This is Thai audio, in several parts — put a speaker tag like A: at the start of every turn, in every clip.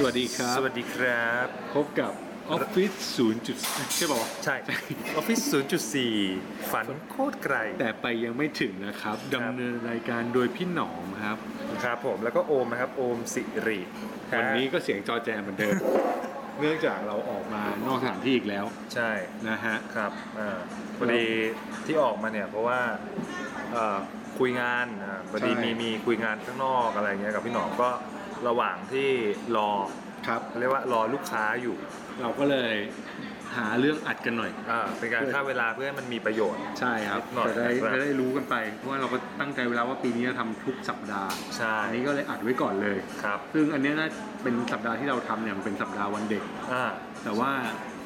A: สวัสดีครับ
B: สวัสดีครับ
A: พบกับออฟฟิศ0.4ใช่ป่าวะ
B: ใช่ ออฟฟิศ0.4 ฝันโคตรไกล
A: แต่ไปยังไม่ถึงนะครับ
B: ครับ
A: ดำเนินรายการโดยพี่หนอมครับ
B: ครับผมแล้วก็โอมนะครับ โอมสิริ
A: วันนี้
B: ฮะ
A: ก็เสียงจอแจเหมือนเดิม เนื่องจากเราออกมานอกสถานที่อีกแล้ว
B: ใช่
A: นะฮะ
B: ครับอ่าพอดีที่ออกมาเนี่ยเพราะว่าเอ่อคุยงานอ่าพอดี
A: ใช่
B: มีมีคุยงานข้างนอกอะไรเงี้ยกับพี่หนอมก็ระหว่างที่รอ
A: ครับ
B: เขาเรียกว่ารอลูกค้าอยู่
A: เราก็เลยหาเรื่องอัดกันหน่อย
B: อ่าเป็นการฆ่าเวลาเพื่อให้มันมีประโยชน์
A: ใช่ครับ
B: หน่อย
A: จะได้
B: นะครับ
A: จะได้รู้กันไป เพราะว่าเราก็ตั้งใจเวแลาว่าปีนี้จะทำทุกสัปดาห์
B: ใช่
A: อันนี้ก็เลยอัดไว้ก่อนเลย
B: ครับ
A: ซึ่งอันเนี้ยน่าเป็นสัปดาห์ที่เราทำเนี่ยมันเป็นสัปดาห์วันเด็ก
B: อ่า
A: แต่ว่า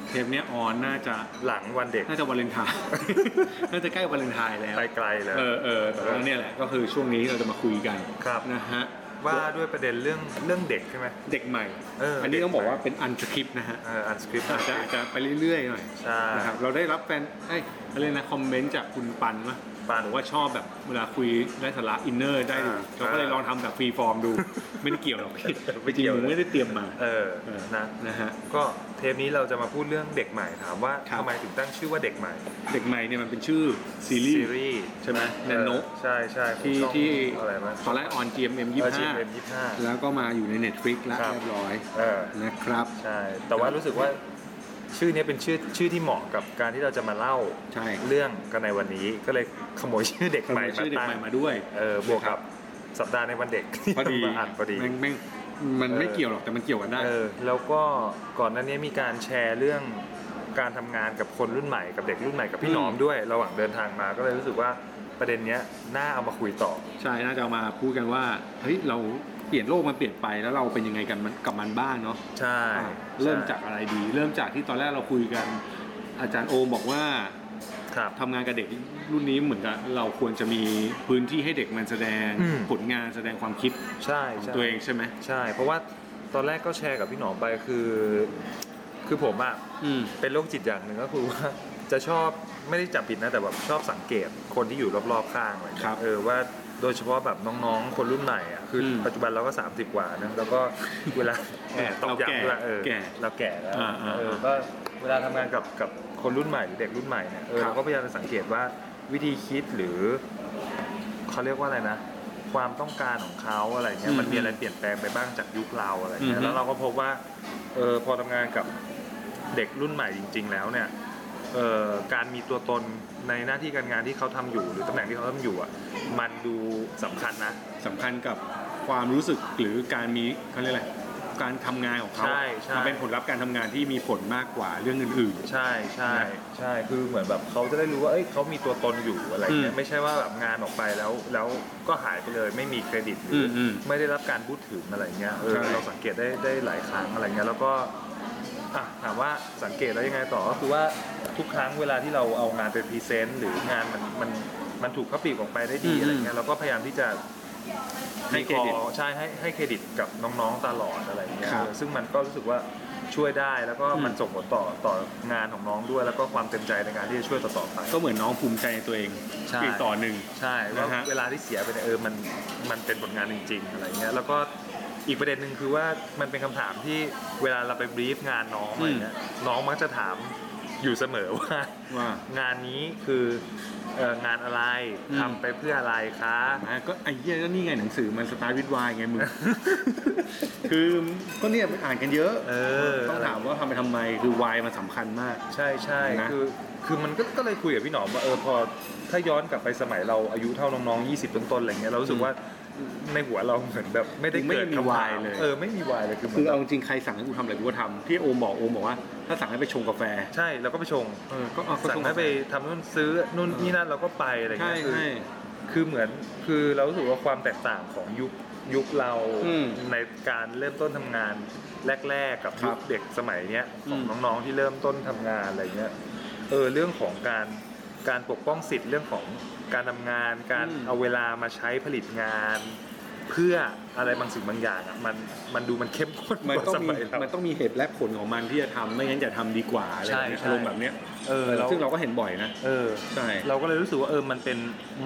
A: เทปเนี้ยออนน่าจะ
B: หลังวันเด็ก
A: น่าจะวาเลนไทน์ น่าจะใกล้วาเลนไทน์แล้ว
B: ไปไกลเลย
A: เออเออแต่ว่าเนี่ยแหละก็คือช่วงนี้เราจะมาคุยกัน
B: ครับ
A: นะฮะ
B: ว่าด้วยประเด็นเรื่องเรื่องเด็กใช่ไหม
A: เด็กใหม่
B: เอออั
A: นนี้ต้องบอกว่าเป็นอันสคริปต์นะฮะ
B: เอออันสคริปต์
A: อาจจะอาจจะไปเรื่อยๆหน่อย
B: ใช่
A: นะครับเราได้รับแฟนไอ้ยอะไรนะคอมเมนต์จากคุณปันวะ
B: ปัน
A: บอกว่าชอบแบบเวลาคุยได้สาระอินเนอร์ได้ดู
B: อ่า
A: เราก็เลยลองทำแบบฟรีฟอร์มดู ไม่ได้เกี่ยวหรอก
B: ไม่เกี่ยว
A: จ
B: เล
A: ริง
B: ย
A: ๆไม่ได้เตรียมมา
B: เออ
A: เออ
B: นะ
A: นะฮะ
B: ก็เทปนี้เราจะมาพูดเรื่องเด็กใหม่ถามว่า
A: ครับ
B: ทำไมถึงตั้งชื่อว่าเด็กใหม่
A: เด็กใหม่เนี่ยมันเป็นชื่อซีรีส์
B: ส์
A: ใช่ไหมแนนโน
B: เออใช่ใช่ของ
A: ที่
B: ช่อง
A: ที่
B: อะไรมา
A: ตอนแรกออน GMM
B: เออจีเอ็ม
A: 25
B: ยี่ห้า
A: แล้วก็มาอยู่ใน Netflix แล้ว
B: ครับ
A: เรียบร้อย
B: เออ
A: นะครับ
B: ใช่แต่ว่ารู้สึกว่าชื่อนี้เป็นชื่อชื่อที่เหมาะกับการที่เราจะมาเล่า
A: ใช่
B: เรื่องกันในวันนี้ก็เลยขโมยชื่อเด็ก
A: ข
B: ให
A: โม
B: ม่
A: ย
B: มา
A: ชื่อเด็ก
B: ตั้
A: ใหม่
B: ง
A: มาด้วย
B: เออบวกกับสัปดาห์ในวันเด็กที่
A: พอดี
B: มาอ่านพอดี
A: แม่งแม่งมัน
B: เออ
A: ไม่เกี่ยวหรอกแต่มันเกี่ยวกันได้
B: เออแล้วก็ก่อนหน้านี้มีการแชร์เรื่องการทำงานกับคนรุ่นใหม่กับเด็กรุ่นใหม่กับพี่
A: อืม
B: หนอมด้วย ระหว่างเดินทางมาก็เลยรู้สึกว่าประเด็นเนี้ยน่าเอามาคุยต่อ
A: ใช่น่าจะเอามาพูดกันว่าเฮ้ยเราเปลี่ยนโลกมันเปลี่ยนไปแล้วเราเป็นยังไงกันมันกับมันบ้างเนาะ
B: ใช่
A: อ่ะเริ่มจากอะไรดี เริ่มจากที่ตอนแรกเราคุยกัน อาจารย์โอมบอกว่า
B: ครับ
A: ทำงานกับเด็กรุ่นนี้เหมือนกับเราควรจะมีพื้นที่ให้เด็กมันแสดง
B: อืม
A: ผลงานแสดงความคิด
B: ใช่
A: ของ
B: ใช่
A: ตัวเองใช่ไหม
B: ใช่ เพราะว่าตอนแรกก็แชร์กับพี่หนอมไปคือ คือผมอะ
A: อืม
B: เป็นโรคจิตอย่างหนึ่งก็คือว่าจะชอบไม่ได้จับผิดนะแต่แบบชอบสังเกตคนที่อยู่รอบๆข้างอะไรเงี้ย
A: ครับ
B: เออว่าโดยเฉพาะแบบน้องๆ คนรุ่นใหม่อ่ะคืออ
A: ม
B: ปัจจุบันเราก็ 30 กว่านะแล้วก็เวลาแหม่ตอก
A: เราแก่
B: ย้ำด้วยเออ
A: แก่
B: เราแก่แล้ว
A: อ่าๆ
B: เออก็เวลาทำงานกับกับคนรุ่นใหม่หรือเด็กรุ่นใหม่เนี่ยเออ
A: ครับ
B: เราก็พยายามจะสังเกตว่าวิธีคิดหรือ เขาเรียกว่าอะไรนะ ความต้องการของเขาอะไรเงี้
A: อื
B: ย
A: ม
B: มันมีอะไรเปลี่ยนแปลงไปบ้างจากยุคเราอะไร
A: อืม
B: เงี้ย
A: ฮึ
B: แล้วเราก็พบว่าเออพอทำงานกับเด็กรุ่นใหม่จริง ๆ แล้วเนี่ยเออการมีตัวตนในหน้าที่การงานที่เขาทำอยู่ หรือตำแหน่งที่เขาทำอยู่อ่ะมันดูสำคัญนะ
A: สำคัญกับความรู้สึกหรือการมีเขาเรียกอะไรการทำงานของเขา
B: ใช่ใช่
A: มันเป็นผลลัพธ์การทำงานที่มีผลมากกว่าเรื่องอื่น
B: ใช่ใช่
A: นะ
B: ใช่คือเหมือนแบบเขาจะได้รู้ว่าเอ้ยเขามีตัวตนอยู่อะไรเงี้
A: อื
B: ย
A: ม
B: ไม่ใช่ว่าแบบงานออกไปแล้วแล้วก็หายไปเลยไม่มีเครดิตหรื
A: มอืม
B: ไม่ได้รับการพูดถึงอะไรเงี้ยเออ
A: ใช่
B: เราสังเกตได้ได้หลายครั้งอะไรเงี้ยแล้วก็อ่ะถามว่าสังเกตแล้วยังไงต่อก็คือว่าทุกครั้งเวลาที่เราเอางานไปพรีเซนต์หรืองานมันมันมันถูกพับปีกออกไปได้ดีอะไรเงี้ยเราก็พยายามที่จะ
A: ให้เครดิต
B: ใช่ให้ให้เครดิตกับน้องๆตลอดอะไรอย่างเงี้ย
A: ครับ
B: เออซึ่งมันก็รู้สึกว่าช่วยได้แล้วก็มัน
A: อืม
B: ส่งผลต่อต่องานของน้องด้วย แล้วก็ความเต็มใจในการที่จะช่วยต่อๆไป
A: ๆ ก็เหมือนน้องภูมิใจในตัวเอง
B: ใช่
A: อีกต่อหนึ่ง
B: ใช่ว่า
A: นะฮะ
B: เวลาที่เสียไปเนี่ยเออมันมันเป็นผลงานจริง ๆ อะไรเงี้ยแล้วก็อีกประเด็นหนึ่งคือว่ามันเป็นคำถามที่เวลาเราไปบรีฟงานน้องอะไรเงี้ยน้องมักจะถามอยู่เสมอว่า
A: ว่าง
B: านนี้คือเอ่องานอะไรทำไปเพื่ออะไรคะ
A: อ่ะก็ไอ้เหี้ยก็นี่ไงหนังสือมันสตาร์วิดวายไงมึง คือก็เนี่ยมันอ่านกันเยอะ
B: เออ
A: ต้องถามว่าทำไปทำไมคือวายมันสำคัญมาก
B: ใช่ใช่
A: นะ
B: คือคือมันก็ก็เลยคุยกับพี่หนอมว่าเออพอถ้าย้อนกลับไปสมัยเราอายุเท่าน้องๆ 20 ต้นๆอะไรเงี้ยเรารู้สึ
A: อื
B: ก
A: ม
B: ว่าในหัวเราเหมือนแบบไม่ได้
A: ไม่
B: เกิด
A: มี
B: คำถาว
A: าย
B: ม
A: เลย
B: เออไม่มีวายเลยคือเหมื
A: คืออน เอาจริงใครสั่งให้กูทำอะไรกูก็ทำที่โอมบอกโอมบอกว่า ถ้าสั่งให้ไปชงกาแฟ
B: ใช่เราก็ไปชง
A: เออก็เอาก็
B: สั่
A: ช
B: ง
A: ง
B: ให้
A: กาแฟ
B: ไปทำนู่นซื้อนู่น
A: เออ
B: นี่นั่นเราก็ไปอะไร
A: ใช่
B: เงี้ยคือ
A: ใช่
B: คือเหมือนคือเรารู้สึกว่าความแตกต่างของยุค ยุคเรา
A: อืม
B: ในการเริ่มต้นทำงานแรก ๆ กับ
A: ครั
B: ยุ
A: บ
B: คเด็กสมัยเนี้ยของ
A: อืม
B: น้องๆที่เริ่มต้นทำงานอะไรเงี้ยเออเรื่องของการการปกป้องสิทธิ์เรื่องของการทำงาน การ
A: อืม
B: เอาเวลามาใช้ผลิตงาน เพื่ออะไรบางสิ่งบางอย่างอ่ะมันมันดูมันเข้มข้น
A: มัน
B: กว่า
A: ต้อง
B: ส
A: มี
B: มัยเรา
A: มันต้องมีเหตุและผลของมันที่จะทำไม่งั้นอย่าทำดีกว่าอะไรแบบเนี้ย
B: ใช่ใช่
A: อารมณ์แบบเนี้ย
B: เออเรา
A: ซึ่งเราก็เห็นบ่อยนะ
B: เออ
A: ใช่
B: เราก็เลยรู้สึกว่าเออ มันเป็น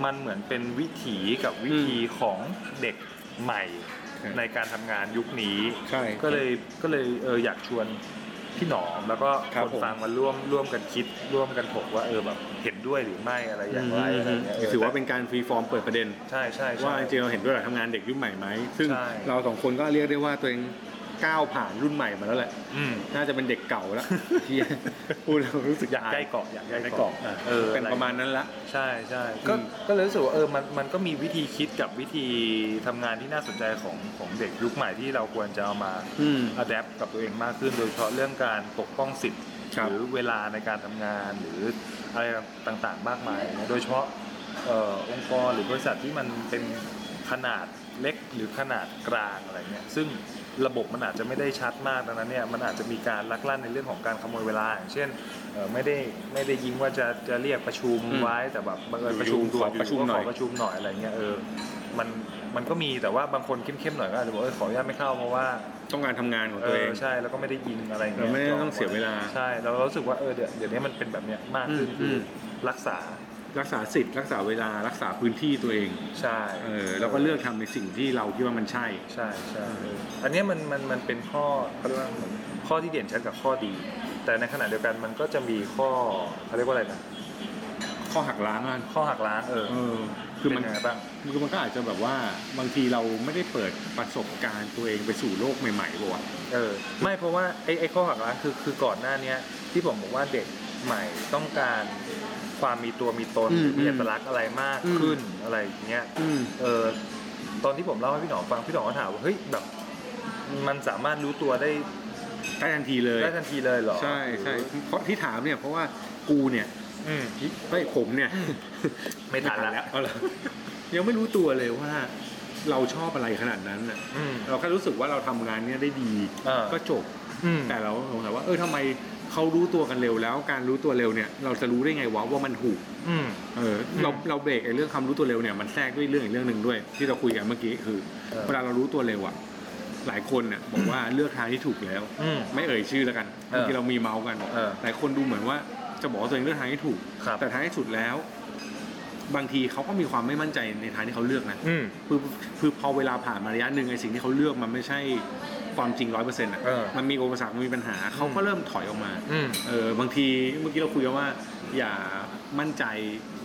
B: มันเหมือนเป็นวิถีกับวิธีของเด็กใหม่
A: ครับ
B: ในการทำงานยุคนี้
A: ใช่
B: ก็เลย ก็เลยเอออยากชวนพี่หนอมแล้วก็
A: ครับ
B: คน
A: ผม
B: ฟังมาร่วมร่วมกันคิด ร่วมกันถกว่าเออแบบเห็นด้วยหรือไม่อะไรอย่างไรอะไรเงี้ย
A: ถือว่าเป็นการฟรีฟอร์มเปิดประเด็น
B: ใช่ใช่ใช่
A: ว่าจริงๆเราเห็นด้วยหลักทำงานเด็กยุคใหม่ไหมซึ่ง
B: ใช่
A: เราสองคนก็เรียกได้ว่าตัวเองก้าวผ่านรุ่นใหม่มาแล้วแหละ
B: อืม
A: น่าจะเป็นเด็กเก่าแล้ว เหี้ยพูดแล้วรู้สึก
B: อยาก
A: ใก
B: ใกล้
A: ล้
B: เกาะอยากใกล้
A: กรอ
B: เกาะ
A: บอ่ะ
B: เออ
A: เป็นประมาณนั้นละ
B: ใช่ใช่ก็
A: อืม
B: ก็เลยรู้สึกว่าเออมันมันก็มีวิธีคิดกับวิธีทำงานที่น่าสนใจของของเด็กยุคใหม่ที่เราควรจะเอามา
A: อืม
B: อัดแอปกับตัวเองมากขึ้นโดยเฉพาะเรื่องการปกป้องสิทธิ์
A: ครับ
B: หรือเวลาในการทำงานหรืออะไรต่างๆมากมายนะโดยเฉพาะเอ่อองค์กรหรือบริษัทที่มันเป็นขนาดเล็กหรือขนาดกลางอะไรเนี่ยซึ่งระบบมันอาจจะไม่ได้ชัดมากดังนั้นเนี่ยมันอาจจะมีการลักลั่นในเรื่องของการขโมยเวลา อย่างเช่นเอ่อไม่ได้ไม่ได้ยิงว่าจะจะเรียกประชุมไว้แต่แบบบังเอิญประชุมด่วน
A: อยู่ๆขอประชุมหน่อย
B: ก็ขประชุมหน่อยอะไรเงี้ยเออมันมันก็มีแต่ว่าบางคนเข้มๆหน่อยก็อาจจะบอกเออขออนุญาตไม่เข้าเพราะว่า
A: ต้องการทำงานของ
B: เอ
A: ตัวเอ
B: อง ใช่แล้วก็ไม่ได้ยิงอะไรย่าเงี้ย
A: เราไม่ได้ต้องเสียเวลา
B: ใช่เรารู้สึกว่าเออเดี๋ยวเดี๋ยวนี้มันเป็นแบบเนี้ยมากขึ้น
A: อืม
B: คืออ
A: ม
B: รักษา
A: รักษาสิทธิ์ รักษาเวลารักษาพื้นที่ตัวเอง
B: ใช่
A: เออแล้วก็เลือกทำในสิ่งที่เราคิดว่ามันใช่
B: ใช่ใช่เอออันเนี้ยมันมันมันเป็นข้อเขาเรียกว่าเหมือนข้อที่เด่นชัดกับข้อดี แต่ในขณะเดียวกันมันก็จะมีข้อเขาเรียกว่าอะไรนะ
A: ข้อหักล้างมัน
B: ข้อหักล้างเออ
A: เออ คือมัน
B: เป็นยังไงบ้าง
A: คือมันก็อาจจะแบบว่าบางทีเราไม่ได้เปิดประสบการณ์ตัวเองไปสู่โลกใหม่ๆป่ะวะ
B: เออไม่เพราะว่าไอ้ไอ้ข้อหักล้างคือคือก่อนหน้าเนี้ยที่ผมบอกว่าเด็กใหม่ต้องการความมีตัวมีตน
A: อืม
B: มีอัตลักษณ์อะไรมาก
A: อืม
B: ขึ้นอะไรอย่างเงี้ย
A: อืม
B: เออตอนที่ผมเล่าให้พี่หนอมฟังพี่หนอมก็ถามว่าเฮ้ยแบบมันสามารถรู้ตัวได้
A: ได้ทันทีเลย
B: ได้ทันทีเลยเหรอ
A: ใช่ใช่
B: หรือ
A: เพราะที่ถามเนี่ยเพราะว่ากูเนี่ย
B: อืม
A: ไม่ผมเนี่ย
B: ไม่ทันแล้ว
A: เอาเหรอยังไม่รู้ตัวเลยว่าเราชอบอะไรขนาดนั้นน่ะ
B: อืม
A: เราแค่รู้สึกว่าเราทำงานเนี่ยได้ดี
B: เออ
A: ก็จบ
B: อืม
A: แต่เราสงสัยว่าเออทำไมเขารู้ตัวกันเร็วแล้ว การรู้ตัวเร็วเนี่ย เราจะรู้ได้ไงวะว่ามันถูก
B: อืม
A: เออเรา
B: อืม
A: เราเบรกไอ้เรื่องคำรู้ตัวเร็วเนี่ยมันแทรกด้วยเรื่องอีกเรื่องหนึ่งด้วย ที่เราคุยกันเมื่อกี้คือ
B: เออ
A: เวลาเรารู้ตัวเร็วอะหลายคนเนี่ยบอกว่าเลือกทางที่ถูกแล้ว
B: อืม
A: ไม่เอ่ยชื่อแล้วกัน
B: เออ
A: เมื่อกี้เรามีเมาส์กัน
B: เออ
A: หลายคนดูเหมือนว่าจะบอกว่าตัวเองเลือกทางที่ถูก
B: ครับ
A: แต่ท้ายที่สุดแล้ว บางทีเขาก็มีความไม่มั่นใจในทางที่เขาเลือกนะ
B: อืม
A: คือคือพอเวลาผ่านมาระยะหนึ่งไอ้สิ่งที่เขาเลือกมันไม่ใช่ความจริงร้อยเปอร์เซ็นต์อ่ะ
B: เออ
A: มันมีอุปสรรคมันมีปัญหาเขาก็เริ่มถอยออกมา
B: อืม
A: เออบางทีเมื่อกี้เราคุยกันว่า อย่ามั่นใจ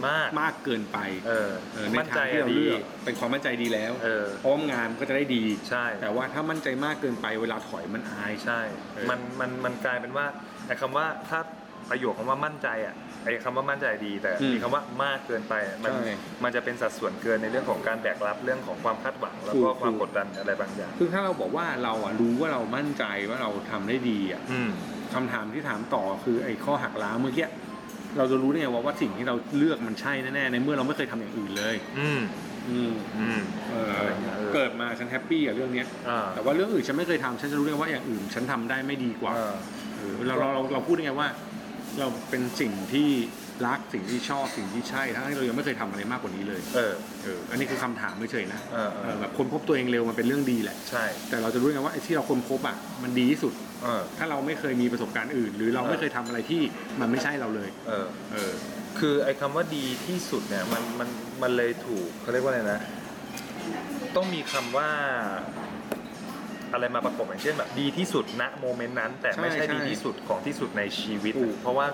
B: มาก
A: มากเกินไป
B: เออ
A: เออใน
B: มั่น
A: ทา
B: ใจ
A: งที่เรา
B: อะดี
A: เลือกเป็นความมั่นใจดีแล้ว
B: เออ
A: เพราะว่างานมันก็จะได้ดี
B: ใช่
A: แต่ว่าถ้ามั่นใจมากเกินไปเวลาถอยมันอาย
B: ใช่
A: เออ
B: มันมันมันกลายเป็นว่าไอ้คำว่าถ้าประโยคคำว่ามั่นใจอ่ะไอ้คำว่ามั่นใจดีแต่
A: อืม
B: มีคำว่ามากเกินไปอะมัน
A: ใช่
B: มันจะเป็นสัดส่วนเกินในเรื่องของการแบกรับเรื่องของความคาดหวังแล้ว
A: ถู
B: ก็
A: ก
B: ความ
A: ถูก
B: กดดันอะไรบางอย่าง
A: คือถ้าเราบอกว่าเราอ่ะรู้ว่าเรามั่นใจว่าเราทำได้ดีอ่ะ
B: อืม
A: คำถามที่ถามต่อคือไอ้ข้อหักล้างเมื่อกี้เราจะรู้ได้ไงว่าว่าสิ่งที่เราเลือกมันใช่แน่ๆในเมื่อเราไม่เคยทำอย่างอื่นเลย
B: อืม
A: อืม
B: อืม
A: เออเกิดมาฉันแฮปปี้กับเรื่องเนี้ย
B: อ่า
A: แต่ว่าเรื่องอื่นฉันไม่เคยทำฉันจะรู้ได้ว่าอย่างอื่น ฉันทำได้ไม่ดีกว่า
B: เออ
A: เออเราเราเราเราพูดได้ไงว่า เราเป็นสิ่งที่รักสิ่งที่ชอบสิ่งที่ใช่ทั้งที่เรายังไม่เคยทำอะไรมากกว่านี้เลย
B: เออ
A: เอออันนี้คือคำถามเฉยๆนะ
B: เออ
A: เออแบบคนพบตัวเองเร็วมันเป็นเรื่องดีแหละ
B: ใช่
A: แต่เราจะรู้ไงว่าไอ้ที่เราคนพบอ่ะมันดีที่สุด
B: เออ
A: ถ้าเราไม่เคยมีประสบการณ์อื่น หรือเราไม่เคยทำอะไรที่มันไม่ใช่เราเลย
B: เออ
A: เออ
B: คือไอ้คำว่าดีที่สุดเนี่ยมันมันมันเลยถูกเขาเรียกว่าอะไรนะ ต้องมีคำว่า อะไรมาประกบอย่างเช่นแบบดีที่สุดณโมเมนต์นั้น แต่ไม่
A: ใช่
B: ใช่
A: ใช่
B: ดีที่สุดของที่สุดในชีวิต
A: ถูก
B: เพราะว่า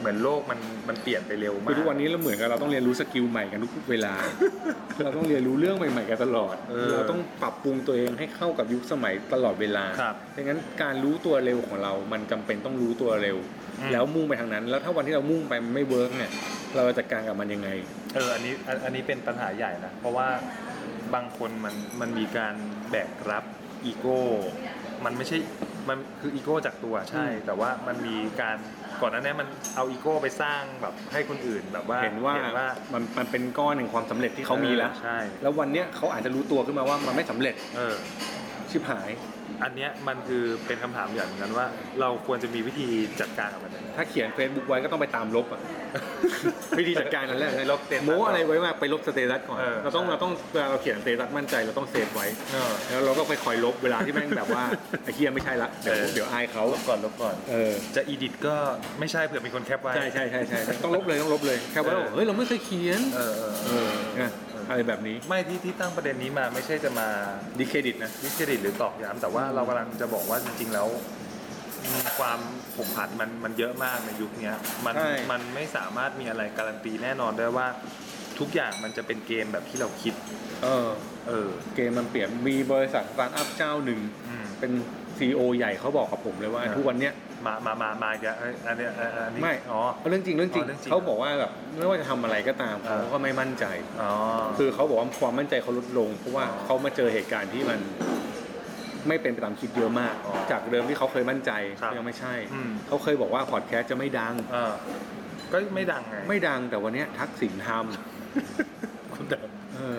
B: เหมือนโลกมันมันเปลี่ยนไปเร็วมา
A: คือก ทุกวันนี้เราเหมือนกับเราต้องเรียนรู้สกิลใหม่กันทุกๆเว ลา เราต้องเรียนรู้เรื่องใหม่ๆกันตลอด เราต้องปรับปรุงตัวเองให้เข้ากับยุคสมัยตลอดเวลา
B: ครับ
A: ดังนั้นการรู้ตัวเร็วของเรา มันจำเป็นต้องรู้ตัวเร็ว
B: อืม
A: แล้วมุ่งไปทางนั้น แล้วถ้าวันที่เรามุ่งไปมันไม่เวิร์กเนี่ย เราจะจัดการกับมันยังไง
B: เออ อันนี้อันอันนี้เป็นปัญหาใหญ่นะ เพราะว่าบางคนมันมันมีการแบกรับอีโก้ มันไม่ใช่ มันคืออีโก้จากตัวใช่
A: อืม
B: แต่ว่ามันมีการก่อนหน้านี้มันเอาอีโก้ไปสร้างแบบให้คนอื่นแบบว่า
A: เห็นว่ามันมันเป็นก้อนแห่งความสำเร็จที่เขามีแล้ว
B: ใช่
A: แล้ววันเนี้ยเขาอาจจะรู้ตัวขึ้นมาว่ามันไม่สำเร็จ
B: เออ
A: ชิบหาย
B: อันเนี้ยมันคือเป็นคำถามอย่างเหมือนกันว่า เราควรจะมีวิธีจัดการกับมันยังไง
A: ถ้าเขียน Facebook ไว้ก็ต้องไปตามลบอ่ะ วิธีจัดการนั่นแหละ
B: ลบสเตตัส
A: โม้อะไรไว้มากไปลบสเตตัสก่อน
B: เออ
A: เราต้อง
B: ใช่
A: เราต้องเวลาเราเขียนสเตตัสมั่นใจเราต้องเซฟไว้
B: เออ
A: แล้วเราก็ไปคอยลบเวลาที่แม่งแบบว่า ไอ้เฮียไม่ใช่ละเดี๋ยว
B: เออ
A: เดี๋ยวอายเขา
B: ลบก่อนลบก่อน
A: เออ
B: จะอีดิทก็ไม่ใช่เผื่อมีคนแคปไว้
A: ใช่ใช่ใช่ใช่ต้องลบเลยต้องลบเลยแค่ว่า
B: เออ
A: เฮ้ยเราไม่เคยเขียน
B: เออเออเอ
A: เอ
B: อ
A: อนะอะไรแบบนี้
B: ไม่ที่ที่ตั้งประเด็นนี้มาไม่ใช่จะมา
A: ดีเครดิตนะ
B: ดิสเครดิตหรือตอกย้ำแต่ว่าเรากำลังจะบอกว่าจริง ๆ แล้วความผงผันมันมันเยอะมากในยุคเนี้ยมันมันไม่สามารถมีอะไรการันตีแน่นอนได้ว่า ทุกอย่างมันจะเป็นเกมแบบที่เราคิด
A: เออ
B: เออ
A: เกมมันเปลี่ยนมีบริษัทสตาร์ทอัพเจ้าหนึ่ง
B: อืม
A: เป็นซีอใหญ่เขาบอกกับผมเลยว่า
B: เออ
A: ทุกวันเนี้ย
B: มามามามาอีกแล้วเอ้ยอันเนี้ยเอ่ออันนี้
A: ไม่
B: อ๋อ
A: เอาเรื่องจริงเรื่องจริง
B: อ๋อเรื่องจริง
A: เขาบอกว่าแบบไม่ว่าจะทำอะไรก็ตาม
B: เออ
A: เขาก็ไม่มั่นใจ
B: อ๋อ
A: คือเขาบอกว่าความมั่นใจเขาลดลง เพราะว่า
B: อ๋อ
A: เขามาเจอเหตุการณ์ที่มันไม่เป็นไปตามคิดเยอะมาก
B: อ๋อ
A: จากเดิมที่เขาเคยมั่นใจ
B: ครับ
A: ยังไม่ใช่
B: อืม
A: เขาเคยบอกว่าพอดแคสต์จะไม่ดัง
B: เออก็ไม่ดังไง
A: ไม่ดังแต่วันเนี้ยทักษิณท
B: คุณดัง
A: ำเออ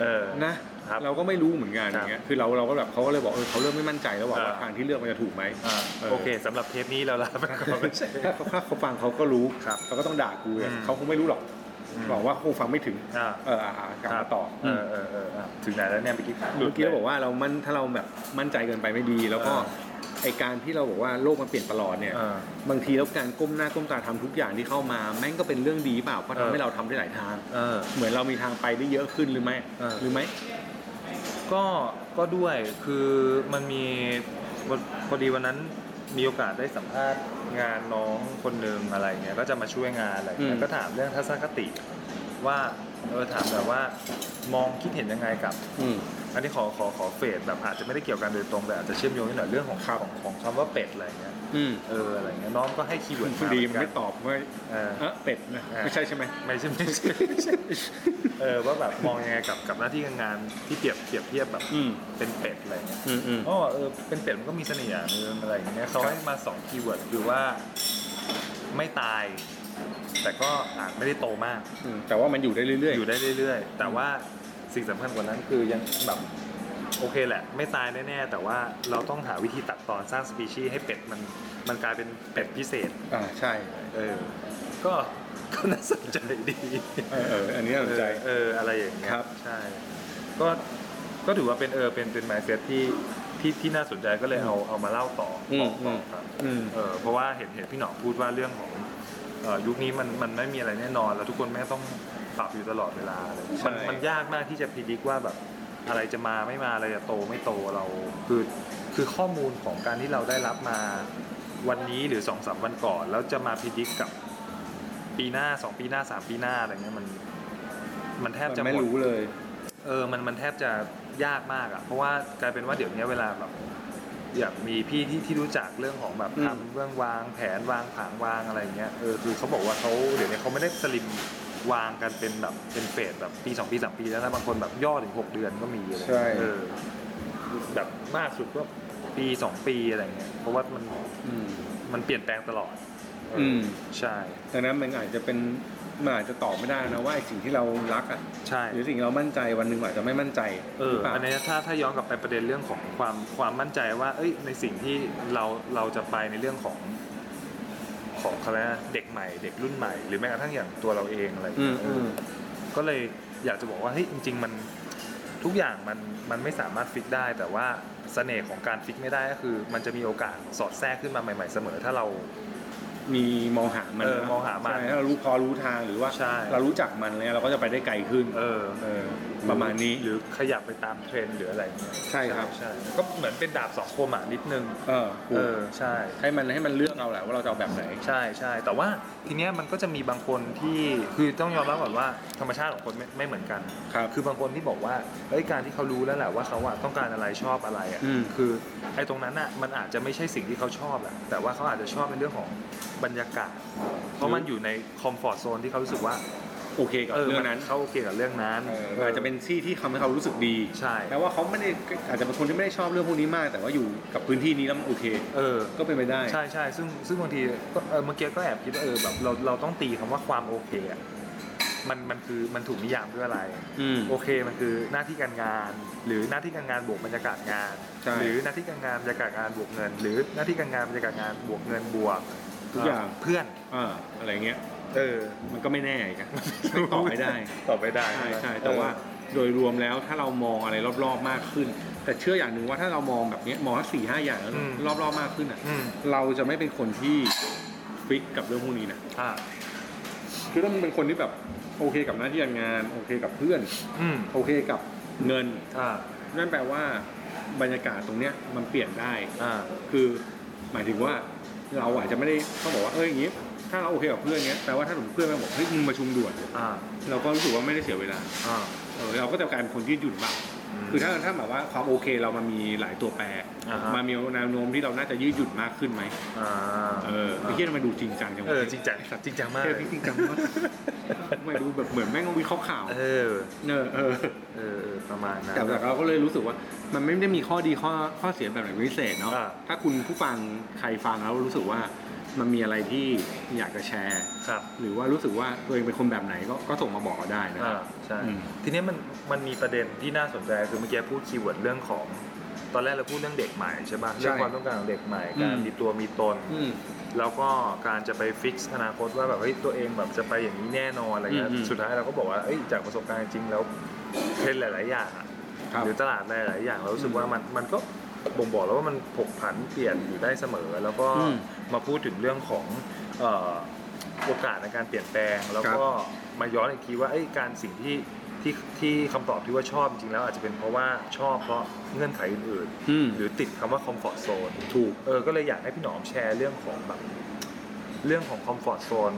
B: เออ
A: นะครับ เราก็ไม่รู้เหมือนกัน
B: ค
A: อ
B: รับ
A: ย่างเงี้ยคือเราเราก็แบบเขาก็เลยบอกเออเขาเริ่มไม่มั่นใจแล้วว่า
B: อ่า
A: ว่าทางที่เลือกมันจะถูกไหม
B: อ่า
A: เออ
B: โอเคสำหรับเทปนี้เราลาไปก่อน
A: ถ้าเขาถ้าเขาฟังเขาก็รู้
B: ครับ
A: เขาก็ต้องด่ากูเลย
B: อืม
A: เขาคงไม่รู้หรอก
B: อืม
A: บอกว่าคงฟังไม่ถึง
B: อ่า
A: เอออ่ะอ่ะกลับมาต่อ
B: เอ
A: อืม
B: อเออเอออ่ะถึงไหนแล้วเนี่ยเมื่อกี้
A: เมื่อกี้เราบอกว่าเรามันถ้าเราแบบมั่นใจเกินไปไม่ดี แล้วก็ไอการที่เราบอกว่าโลกมันเปลี่ยนตลอดเนี่ย
B: เออ
A: บางทีแล้วการก้มหน้าก้มตาทำทุกอย่างที่เข้ามา แม่งก็เป็นเรื่องดีเปล่าเพราะ
B: เออ
A: ทำให้เราทำได้หลายทาง
B: เออ
A: เหมือนเรามีทางไปได้เยอะขึ้นหรือไม่
B: เออ
A: หรือไม่
B: ก็ก็ด้วยคือมันมีวันพอดีวันนั้นมีโอกาสได้สัมภาษณ์งานน้องคนหนึ่งอะไรเงี้ยก็จะมาช่วยงานอะไร
A: อื
B: เงี้ย
A: ม
B: ก็ถามเรื่องทัศนคติ ว่าเออถามแบบว่ามองคิดเห็นยังไงกับ
A: อืม
B: อันนี้ขอขอขอเฟดแบบอาจจะไม่ได้เกี่ยวกันโดยตรงแต่อาจจะเชื่อมโยงนิดหน่อยเรื่องของ
A: ครับ
B: ของของคำว่าเป็ดอะไรเงี้ย
A: อืม
B: เอออะไรเงี้ยน้องก็ให้คีย์เวิร์ด
A: พอ
B: มา
A: ดี
B: เห
A: มัน
B: มือนกั
A: ไม่
B: น
A: ตอบว่า
B: เออ
A: เออเป็ดนะ
B: เออ
A: ไม่ใช่ใช่ไหม
B: ไม่ใช่ไม่ใช่ไม่ใช่เออว่าแบบมองยังไงกับกับหน้าที่การงานที่เปรียบเปรียบเทียบแบบ
A: อืม
B: เป็นเป็ดอะไรเงี้ย
A: อืมอืม
B: อ๋อเออเป็นเป็ดมันก็มีเสน่ห์อย่างนึงอะไรอย่างเงี้ยเขาให้มาสองคีย์เวิร์ดคือว่าไม่ตาย แต่ก็อาจไม่ได้โตมาก
A: อืมแต่ว่ามันอยู่ได้เรื่อย
B: อยู่ได้เรื่อยๆ แต่ว่าสิ่งสำคัญกว่านั้นคือยังแบบโอเคแหละ ไม่ตายแน่ๆ แต่ว่าเราต้องหาวิธีตัดตอนสร้างสปีชีส์ให้เป็ดมันมันกลายเป็นเป็ดพิเศษ
A: ๆ อ่าใช่
B: เออ ก็ก็น่าสนใจดี
A: เออเอออันนี้น่าสนใจ
B: เอออะไรอย่างเงี้ย
A: ครับ
B: ใช่ ก็ก็ถือว่าเป็นเออเป็นเป็น mindset ที่ที่ที่น่าสนใจก็เลยเอาเอามาเล่าต่ออ
A: อืมอื
B: บอกต่อ
A: ม
B: ครับ
A: อืม
B: เออเพราะว่าเห็นเห็นพี่หนอมพูดว่าเรื่องของเอ่อยุคนี้มันมันไม่มีอะไรแน่นอน แล้วทุกคนแม่งต้องปรับอยู่ตลอดเวลาอะไรอย่างเงี้ย
A: ใช่
B: มันมันยากมากที่จะพิจิกว่าแบบอะไรจะมาไม่มาอะไรจะโตไม่โตเราคือคือข้อมูลของการที่เราได้รับมาวันนี้หรือสองสามวันก่อน แล้วจะมาพิจิกกับปีหน้าสองปีหน้าสามปีหน้าอะไรเงี้ยมัน มันแทบจะ
A: มันไม่
B: หมด
A: รู้เลย
B: เออ มัน มันแทบจะยากมากอะ่ะ เพราะว่ากลายเป็นว่าเดี๋ยวนี้เวลาแบบอย่างมีพี่ที่ที่รู้จักเรื่องของแบบ
A: อืม
B: ทำเรื่องวางแผนวางผางวางอะไรอย่างเงี้ย เออ คือเขาบอกว่าเขาเดี๋ยวนี้เขาไม่ได้สลิมวางกันเป็นแบบเป็นเฟสแบบปีสองปีสามปีแล้วนะบางคนแบบย่อถึงหกเดือนก็มีอะไรอย่างเงี้ยเออ แบบมากสุดก็ปีสองปีอะไรอย่างเงี้ย เพราะว่ามัน
A: อืม
B: มันเปลี่ยนแปลงตลอดเ
A: อืม
B: ใช่
A: ดังนั้นมันอาจจะเป็นมันอาจจะตอบไม่ได้นะว่าไอ้สิ่งที่เรารักอ่ะ
B: ใช่
A: หรือสิ่งที่เรามั่นใจวันหนึ่งอาจจะไม่มั่นใจ
B: เอ
A: ห
B: อ
A: รือเปล่า
B: อันเนี้ยถ้าถ้าย้อนกลับไปประเด็นเรื่องของความความมั่นใจว่า เอ้ย ในสิ่งที่เราเราจะไปในเรื่องของของเขาเรียกนะเด็กใหม่ เด็กรุ่นใหม่ หรือแม้กระทั่งอย่างตัวเราเองอะไรอย่าง
A: อื
B: เงี้
A: ม
B: ยเอ
A: อื
B: อ
A: ม
B: ก็เลยอยากจะบอกว่าเฮ้ยจริง ๆ มันทุกอย่างมันมันไม่สามารถฟิกได้ แต่ว่าเสน่ห์ของการฟิกไม่ได้ก็คือ มันจะมีโอกาสสอดแทรกขึ้นมาใหม่ ๆเสมอ ถ้าเรา
A: มีมองหามัน
B: เออ
A: นะ
B: มองหามัน
A: ใช่ถ้าเรารู้พอรู้ทางหรือว่า
B: ใช่
A: เรารู้จักมันเลยเราก็จะไปได้ไกลขึ้น
B: เออ
A: เออประมาณนี้
B: หรือขยับไปตามเทรนด์หรืออะไรอย่างเงี้ย
A: ใช่ครับ
B: ใช่ก็เหมือนเป็นดาบสองคมอ่ะนิดนึง
A: เออ
B: เออใช่
A: ให้มันให้มันเลือกเอาแหละว่าเราจะเอาแบบไหน
B: ใช่ใช่แต่ว่าทีเนี้ยมันก็จะมีบางคนที่คือต้องยอมรับก่อนว่าธรรมชาติของคนไม่ไม่เหมือนกัน
A: ครับ
B: คือบางคนที่บอกว่าเอ้ยการที่เขารู้แล้วแหละว่าเขาอะต้องการอะไรชอบอะไรอะ
A: อืม
B: คือไอ้ตรงนั้นอะมันอาจจะไม่ใช่สิ่งที่เขาชอบแหละแต่ว่าเขาอาจจะชอบในเรื่องของบรรยากาศ เพราะมันอยู่ในคอมฟอร์ทโซนที่เขารู้สึกว่า โอ
A: โอเคกับ
B: เออ
A: เรื่อ
B: มั
A: งนั้น
B: นเขาโอเคกับเรื่องนั้น
A: เออมันอาจจะเป็นที่ที่ทำให้เขารู้สึกดี
B: ใช่
A: แม้ว่าเขาไม่ได้อาจจะเป็นคนที่ไม่ได้ชอบเรื่องพวกนี้มาก แต่ว่าอยู่กับพื้นที่นี้แล้วมันโอเค
B: เออ
A: ก็เป็นไปได้
B: ใช่ใช่ซึ่งซึ่งบางทีก็เออเมื่อกี้ก็แอบคิดว่าเออแบบเราเราต้องตีคำว่าความโอเคอะมันมันคือมันถูกนิยามด้วยอะไร
A: อืม
B: โอเคมันคือหน้าที่การงาน หรือหน้าที่การงานบวกบรรยากาศงาน
A: ใช่
B: หรือหน้าที่การงานบรรยากาศงานบวกเงิน หรือหน้าที่การงานบรรยากาศงานบวกเงินบวก
A: ทุกอย่าง
B: เพื่อน
A: อ่าอะไรเงี้ย
B: เออ
A: มันก็ไม่แน่อีกอะ ตอบไม่ได้
B: ตอบไม่ได้
A: ใช่ใช่
B: เออ
A: แต่ว่าโดยรวมแล้วถ้าเรามองอะไรรอบ ๆมากขึ้น แต่เชื่ออย่างหนึ่งว่าถ้าเรามองแบบเนี้ยมองสักสี่ห้าอย่างแล้วรอบๆมากขึ้นอ่ะ
B: อืม
A: เราจะไม่เป็นคนที่ฟิกกับเรื่องพวกนี้นะ
B: อ่า
A: คือถ้ามันเป็นคนที่แบบโอเคกับหน้าที่การงาน โอเคกับเพื่อน
B: อืม
A: โอเคกับเงิน
B: อ่า
A: นั่นแปลว่าบรรยากาศตรงเนี้ยมันเปลี่ยนได้
B: อ่า
A: คือหมายถึงว่าเราอาจจะไม่ได้ต้องบอกว่าเอ้ยอย่างงี้ ถ้าเราโอเคกับเพื่อนเงี้ยแปลว่าถ้าสมมติเพื่อนมาบอกเฮ้ยมึงประชุมด่วน
B: อ่า
A: เราก็รู้สึกว่าไม่ได้เสียเวลา
B: อ่า
A: เออเราก็จะกลายเป็นคนยืดหยุ่นบ้าง
B: ม
A: คือถ้าถ้าแบบว่าความโอเคเรามันมีหลายตัวแปร
B: อ่าฮะ
A: มันมีแนวโน้มที่เราน่าจะยืดหยุ่นมากขึ้นไหม
B: อ่า
A: เออไอ้เฮียทำไมดูจริงจังจังวะ
B: เออจริงจังจริงจังมาก
A: เฮียพี่จริงจังวะทำไมดูแบบเหมือนแม่งวิเคราะห์ข่าว
B: เออ
A: เออเออ
B: เออเออประมาณนั้น
A: แต่แบบเราก็เลยรู้สึกว่า มันไม่ได้มีข้อดีข้อข้อเสียแบบไหนพิเศษเนาะ
B: อ่า
A: ถ้าคุณผู้ฟังใครฟังแล้วรู้สึกว่ามันมีอะไรที่อยากจะแชร์
B: ครับ
A: หรือว่ารู้สึกว่าตัวเองเป็นคนแบบไหนก็ก็ส่งมาบอกเราได้นะค
B: อ่า
A: รับ
B: ใช่
A: อืม
B: ทีเนี้ยมันมันมีประเด็นที่น่าสนใจคือเมื่อกี้พูดคีย์เวิร์ดเรื่องของ ตอนแรกเราพูดเรื่องเด็กใหม่ใช่ป่ะ
A: ใช่
B: เรื่องความต้องการของเด็กใหม่ การ
A: อืม
B: มีตัวมีตน
A: อืม
B: แล้วก็การจะไปฟิกซ์อนาคตว่าแบบเฮ้ยตัวเองแบบจะไปอย่างนี้แน่นอนอะไรเงี้ย
A: อืมอืม
B: สุดท้ายเราก็บอกว่าเอ้ยจากประสบการณ์จริงแล้วเทรนด์หลาย ๆ อย่างอะ
A: ครับ
B: หรือตลาดหลาย ๆ อย่างเรารู้สึกว่ามันมันก็บ่งบอกแล้วว่ามันผกผันเปลี่ยนอยู่ได้เสมอ แล้วก็
A: อืม
B: มาพูดถึงเรื่องของเอ่อโอกาสในการเปลี่ยนแปลง แล้วก็มาย้อนอีกทีว่าเอ้ยการสิ่งที่ที่ที่คำตอบที่ว่าชอบจริงๆแล้วอาจจะเป็นเพราะว่าชอบเพราะเงื่อนไขอื่น
A: อืม
B: ๆ หรือติดคำว่าคอมฟอร์ z โซน
A: ถูก
B: เออ ก็เลยอยากให้พี่หนอมแชร์เรื่องของแบบเรื่องของคอมฟอร์ z โซน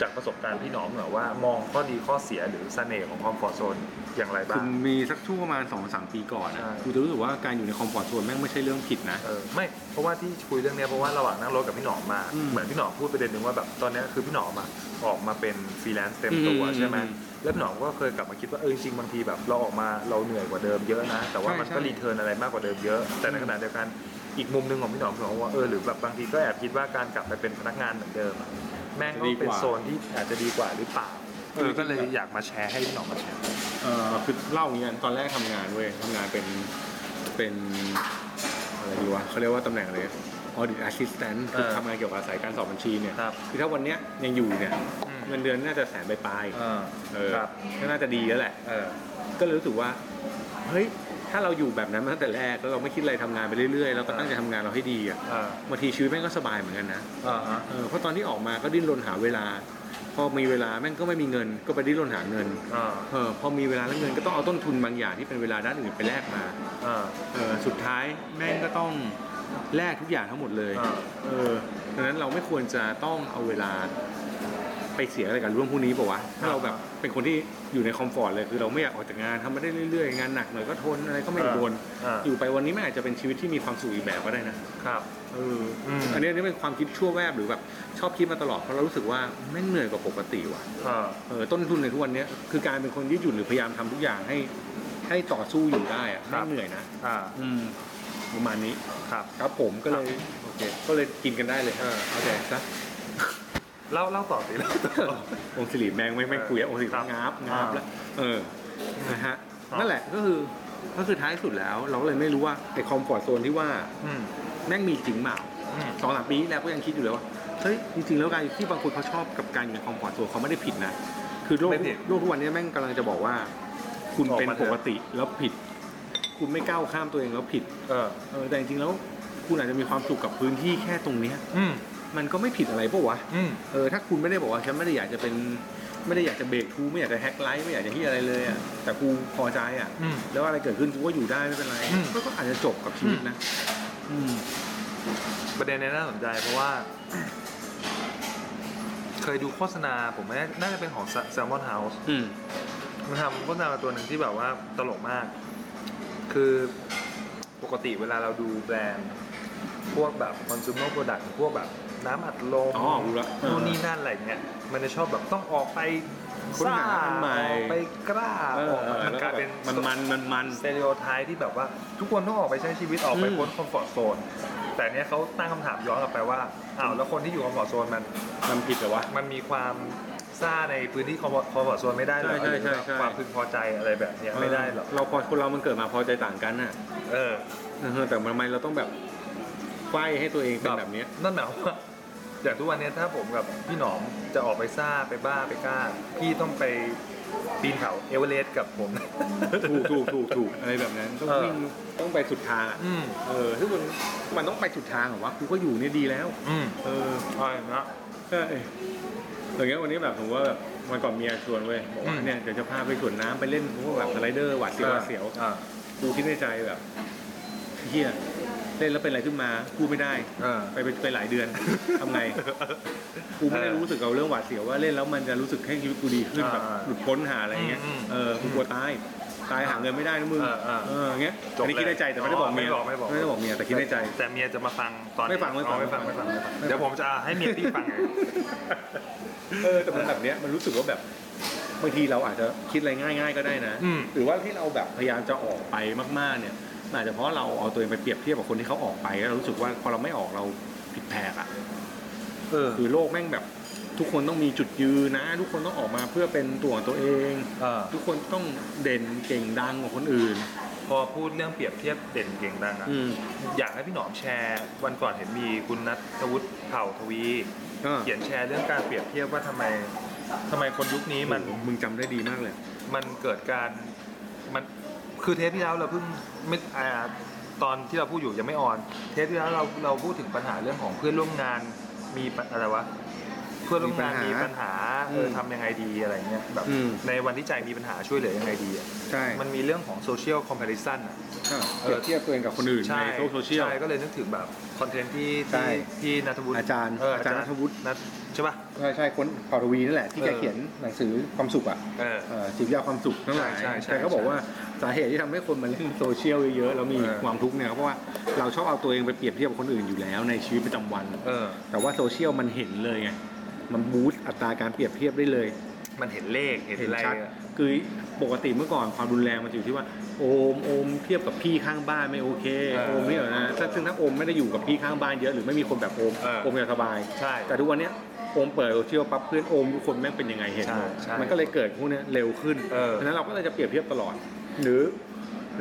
B: จากประสบการณ์พี่หนอมหน่อยว่ามองข้อดีข้อเสียหรือเสน่ห์ของคอมฟอร์ z โซนอย่างไรบ้า
A: คื
B: ง
A: อมีสักช่วงประมาณสองสามปีก่อน
B: ใช่
A: นะกูจะรู้สึกว่าการอยู่ในคอมฟอร์ทโซนแม่งไม่ใช่เรื่องผิดนะ
B: เออไม่เพราะว่าที่คุยเรื่องเนี้ยเพราะว่าระหว่างนั่งรถกับพี่หนอมมา
A: อืม
B: เหมือนพี่หนอมพูดประเด็นหนึ่งว่าแบบตอนเนี้ยคือพี่หนอมอะออกมาเป็นฟรีแลนซ์เต็มตัว
A: อืม
B: ใช่ไหม
A: อืม
B: แล้วพี่หนอมก็เคยกลับมาคิดว่าเออจริงๆบางทีแบบเราออกมาเราเหนื่อยกว่าเดิมเยอะนะ แต่ว่า
A: ใช่
B: มันก็
A: ใช่
B: รีเทิร์นอะไรมากกว่าเดิมเยอะ แต่ในขณะเดียวกันอีกมุมหนึ่งของพี่หนอมคือว่าเออหรือแบบบางทีก็แอบคิดว่าการกลับไปเป็นพนักงานเหมือนเดิมอะแม่งก็เป็นโซนที่อาจจะดีกว่าหรือเปล่า
A: เออก็เลย
B: อยากมาแชร์ให้พี่หนอมมาแชร์
A: เออคือเล่าอย่างนี้กันตอนแรกทำงานเว้ยทำงานเป็นเป็นอะไรดีวะเขาเรียกว่าตำแหน่งอะไร audit assistant คือ
B: เออ
A: ทำงานเกี่ยวกับสายการสอบบัญชีเนี่ย
B: ครับ
A: คือถ้าวันเนี้ยยังอยู่เนี่ย
B: อืม
A: เงินเดือนน่าจะแสนปลาย
B: เออ
A: ๆเออ
B: ครับ
A: ก็น่าจะดีแล้วแหละ
B: เออ
A: ก็เลยรู้สึกว่าเฮ้ยถ้าเราอยู่แบบนั้นมาตั้งแต่แรกแล้วเราไม่คิดอะไรทำงานไปเรื่อยๆเราก็ตั้งใจทำงานเราให้ดีอ่ะ
B: เออบ
A: างทีชีวิตแม่งก็สบายเหมือนกันนะ
B: เออฮะ
A: เออเพราะตอนที่ออกมาก็ดิ้นรนหาเวลา พอมีเวลาแม่งก็ไม่มีเงิน ก็ไปดิ้นรนหาเงิน
B: เออ
A: เออพอมีเวลาแล้วเงินก็ต้องเอาต้นทุนบางอย่างที่เป็นเวลาด้านอื่นไปแลกมา
B: เออ
A: เออสุดท้ายแม่งก็ต้องแลกทุกอย่างทั้งหมดเลย
B: อ่า
A: เออดังนั้นเราไม่ควรจะต้องเอาเวลาไปเสียอะไรกับเรื่องพวกนี้ป่าวะถ้าเราแบบเป็นคนที่อยู่ในคอมฟอร์ตเลยคือเราไม่อยากออกจากงานทำมาได้เรื่อยๆงานหนักหน่อยก็ทนอะไรก็ไม่โดน
B: เออ
A: อยู่ไปวันนี้ไม่อาจจะเป็นชีวิตที่มีความสุขอีกแบบก็ได้นะ
B: ครับ
A: เอออ
B: ม
A: อันนี้อันนี้เป็นความคิดชั่วแวบหรือแบบชอบคิดมาตลอดเพราะเรารู้สึกว่าแม่งเหนื่อยกว่าปกติว่ะ
B: เออ
A: เออต้นทุนในทุกวันเนี้ยคือการเป็นคนยืดหยุ่นหรือพยายามทำทุกอย่างให้ให้ต่อสู้อยู่ได้อะ
B: ครั
A: แม่
B: บ
A: งเหนื่อยนะ
B: อ่า
A: อืมประมาณนี้
B: ครับ
A: ครับผมก็เลยโอเคก็เลยกินกันได้เลย
B: เออ
A: โอเคซะ
B: เล่าเล่าต่อสิเล่า ต่อ
A: องค์สิริแมงไม่ไม่คุยอะองค์สิริ
B: ครับ
A: งับงับแล้วเออนะฮะ
B: ครับ
A: นั่นแหละก็คือก็คือท้ายสุดแล้ว เราก็เลยไม่รู้ว่าไอคอมฟอร์ตโซนที่ว่า
B: อืม
A: แม่งมีจริงเปล่า
B: อืม
A: สองสามปีที่แล้วก็ยังคิดอยู่เลยว่าเฮ้ยจริงๆแล้วการที่บางคนเขาชอบกับการอยู่ในคอมฟอร์ตโซนเขาไม่ได้ผิดนะ คือโลก
B: ไม่ผิด
A: โลกทุกวันนี้แม่งกำลังจะบอกว่า คุณ
B: ออกมา
A: เป็นปกติแล้วผิด คุณไม่ก้าวข้ามตัวเองแล้วผิด
B: เออ
A: เออแต่จริงๆแล้วคุณอาจจะมีความสุขกับพื้นที่แค่ตรงเนี้ย
B: อืม
A: มันก็ไม่ผิดอะไรปะวะ
B: อืม
A: เออถ้าคุณไม่ได้บอกว่าฉันไม่ได้อยากจะเป็นไม่ได้อยากจะเบรกทูไม่อยากจะแฮกไลท์ไม่อยากจะที่อะไรเลยอ่ะแต่กูพอใจอ่ะ
B: อืม
A: แล้วอะไรเกิดขึ้นกูก็อยู่ได้ไม่เป็นไร
B: อืม
A: ก็ก็อาจจะจบกับชีวิตนะอืม
B: ประเด็นเนี้ยน่าสนใจเพราะว่า เคยดูโฆษณาผมไม่แน่น่าจะเป็นของแซลมอนเฮาส์
A: อืม
B: มันทำโฆษณาตัวหนึ่งที่แบบว่าตลกมาก คือปกติเวลาเราดูแบรนด์ พวกแบบคอน sumer product พวกแบบน้ำอัดลม
A: อ๋อรู้ละ
B: นู่นนี่นั่นอะไรเงี้ยมันจะชอบแบบต้องออกไป
A: ค้นหาอันใหม่
B: ออกไปกล้า
A: เอ
B: อ
A: อ
B: อก
A: เออ
B: มัน
A: แล้ว
B: ก
A: ก็
B: ลาย
A: แบ
B: เป็น
A: บมันมันมันมัน
B: สเตอริโอไทป์ที่แบบว่าทุกคนต้องออกไปใช้ชีวิตออกไป
A: อืม
B: พ้นคอมฟอร์ทโซน แต่เนี้ยเขาตั้งคำถามย้อนกลับไปว่าอ้าวแล้วคนที่อยู่คอมฟอร์ทโซนมัน
A: มันผิดเหรอวะ
B: มันมีความซ่าในพื้นที่คอมฟอร์ทคอมฟอร์ทโซนไม่ได้เหรอ
A: ใช่ใช่ใช่ใช่
B: ความพึงพอใจอะไรแบบเนี้ยไม่ได้หรอก
A: เราพอคนเรามันเกิดมาพอใจต่างกันน่ะ
B: เออ
A: เออแต่ทำไมเราต้องแบบไฟให้ตัวเองเป็นแบบเนี้ย
B: นั่นหมายความว่าอย่างทุกวันเนี้ยถ้าผมกับพี่หนอมจะออกไปซ่าไปบ้าไปกล้า พี่ต้องไปปีนเขาเอเวอเรสต์กับผม
A: ถูกถูกถูกถูกอะไรแบบนั้นต้อง
B: เออ
A: วิ่งต้องไปสุดทางอ่ะ
B: อืม
A: เออซึ่งมันมันต้องไปสุดทางเหรอวะกูก็อยู่เนี่ยดีแล้ว
B: อืม
A: เออ
B: อะไรนะ
A: ใช่อย่างเงี้ยวันนี้แบบผมว่าแบบวันก่อนเมียชวนเว้ยบอกว่า
B: อืม
A: เนี่ยเดี๋ยวจะพาไปสวนน้ำไปเล่นพวกแบบสไลเดอร์หวาดเสียวหวาดเสียว
B: อ่า
A: กูคิดในใจแบบเฮียเล่นแล้วเป็นอะไรขึ้นมากูไม่ได้
B: เออ
A: ไปไปไปหลายเดือน ทำไง กูไม่ได้รู้สึกกับเรื่องหวาดเสียวว่าเล่นแล้วมันจะรู้สึกให้ชีวิตกูดีขึ้น
B: อ่า
A: แบบหลุดพ้นหาอะไรเงี้ย
B: อืมอืม
A: เออกูกลัวตายตายหาเงินไม่ได้นะมึง
B: อ่าอ่า
A: เอออย่างเงี้ย
B: จบ
A: อันนี้คิดในใจแต่ไม่ได้บอกเมีย
B: อ๋อไม่บอกไม่บอก
A: ไม่ได้บอกเมียแต่คิดในใจ
B: แต่เมียจะมาฟังตอนนี้
A: ไม่ฟังไม่ฟัง
B: อ๋อไม่ฟังไม่ฟังไม่ฟัง เดี๋ยวผมจะให้เมียพี่ฟั งเอง
A: เออแต่มันแบบเนี้ยมันรู้สึกว่าแบบบางทีเราอาจจะคิดอะไรง่าย ๆ ก็ได้นะ
B: อืม
A: หรือว่าที่เราแบบพยายามจะออกไปมากๆเนี่ยมันอาจจะเพราะเราเอาตัวเองไปเปรียบเทียบกับคนที่เขาออกไปแล้วเรารู้สึกว่าพอเราไม่ออกเราผิดแผกอะ
B: เออ
A: คือโลกแม่งแบบ ทุกคนต้องมีจุดยืนนะ ทุกคนต้องออกมาเพื่อเป็นตัวของตัวเอง
B: เออ
A: ทุกคนต้องเด่นเก่งดังกว่าคนอื่น
B: พอพูดเรื่องเปรียบเทียบเด่นเก่งดังอะ
A: อืม
B: อยากให้พี่หนอมแชร์ วันก่อนเห็นมีคุณนัทวุฒิเผ่าทวี
A: ก็
B: เขียนแชร์เรื่องการเปรียบเทียบว่าทำไมทำไมคนยุคนี้มัน
A: มึงจำได้ดีมากเลย
B: มันเกิดการมันคือเทปที่แล้วเราเพิ่งไม่อ่าตอนที่เราพูดอยู่ยังไม่ออน เทปที่แล้วเราเราพูดถึงปัญหาเรื่องของเพื่อนร่วมงานมีปัญอะไรวะเพื่อนร่วมงาน
A: มี
B: มี
A: ปั
B: ปั
A: ญ
B: ญ
A: หา
B: หาเออทำยังไงดีอะไรเงี้ยแบบ
A: อืม
B: ในวันที่ใจมีปัญหาช่วยเหลือยังไงดีอะ
A: ใช่
B: มันมีเรื่องของโซเชียลคอมเพลซันอ่ะ
A: อ่ะเปรียบเทียบตัวเองกับคนอื่น
B: ใช่
A: ในโลกโซเชียล
B: ใช่ ก็เลยนึกถึงแบบคอนเทนต์ที่
A: ใช่
B: ที่ที่นัทวุฒิ
A: อาจารย์
B: เอา
A: จารย์นัทวุฒิ
B: นัทใช่ป่ะ
A: ใช่ใช่คนเผ่าทวีนั่นแหละที่แก
B: เออ
A: เขียนหนังสือความสุขอ่ะ
B: เออ
A: เอ่อจิบยาความสุขทั้งหลาย
B: ใช่ใช่ใช่
A: แต่เขาบอกว่าสาเหตุที่ทำให้คนมาเล่นโซเชียลเยอะๆแล้วมี
B: เออ
A: ความทุกข์เนี่ยเพราะว่าเราชอบเอาตัวเองไปเปรียบเทียบกับคนอื่นอยู่แล้วในชีวิตประจำวัน
B: เออ
A: แต่ว่าโซเชียลมันเห็นเลยไงมันบูสต์อัตราการเปรียบเทียบได้เลย
B: มันเห็นเลขเห็น
A: เห็น
B: อะไร
A: ชัด
B: อะ
A: คือปกติเมื่อก่อนความรุนแรงมันจะอยู่ที่ว่าโอมโอมเทียบกับพี่ข้างบ้านไม่โอเคโอมไม่เหรอนะถ้าซึ่งถ้าโอมไม่ได้อยู่กับพี่ข้างบ้านเยอะหรือไม่มีคนแบบโอมโอมจะสบาย
B: ใช่
A: แต่ทุกวันเนี้ยโอมเปิดโซเชียลปั๊บเพื่อนโอมทุกคนแม่งเป็นยังไงเห็นหมด
B: ใช่ใช่
A: มันก็เลยเกิดพวกเนี้ยเร็วขึ้น
B: เออ
A: ฉะนั้นเราก็เลยจะเปรียบเทียบตลอด หรือ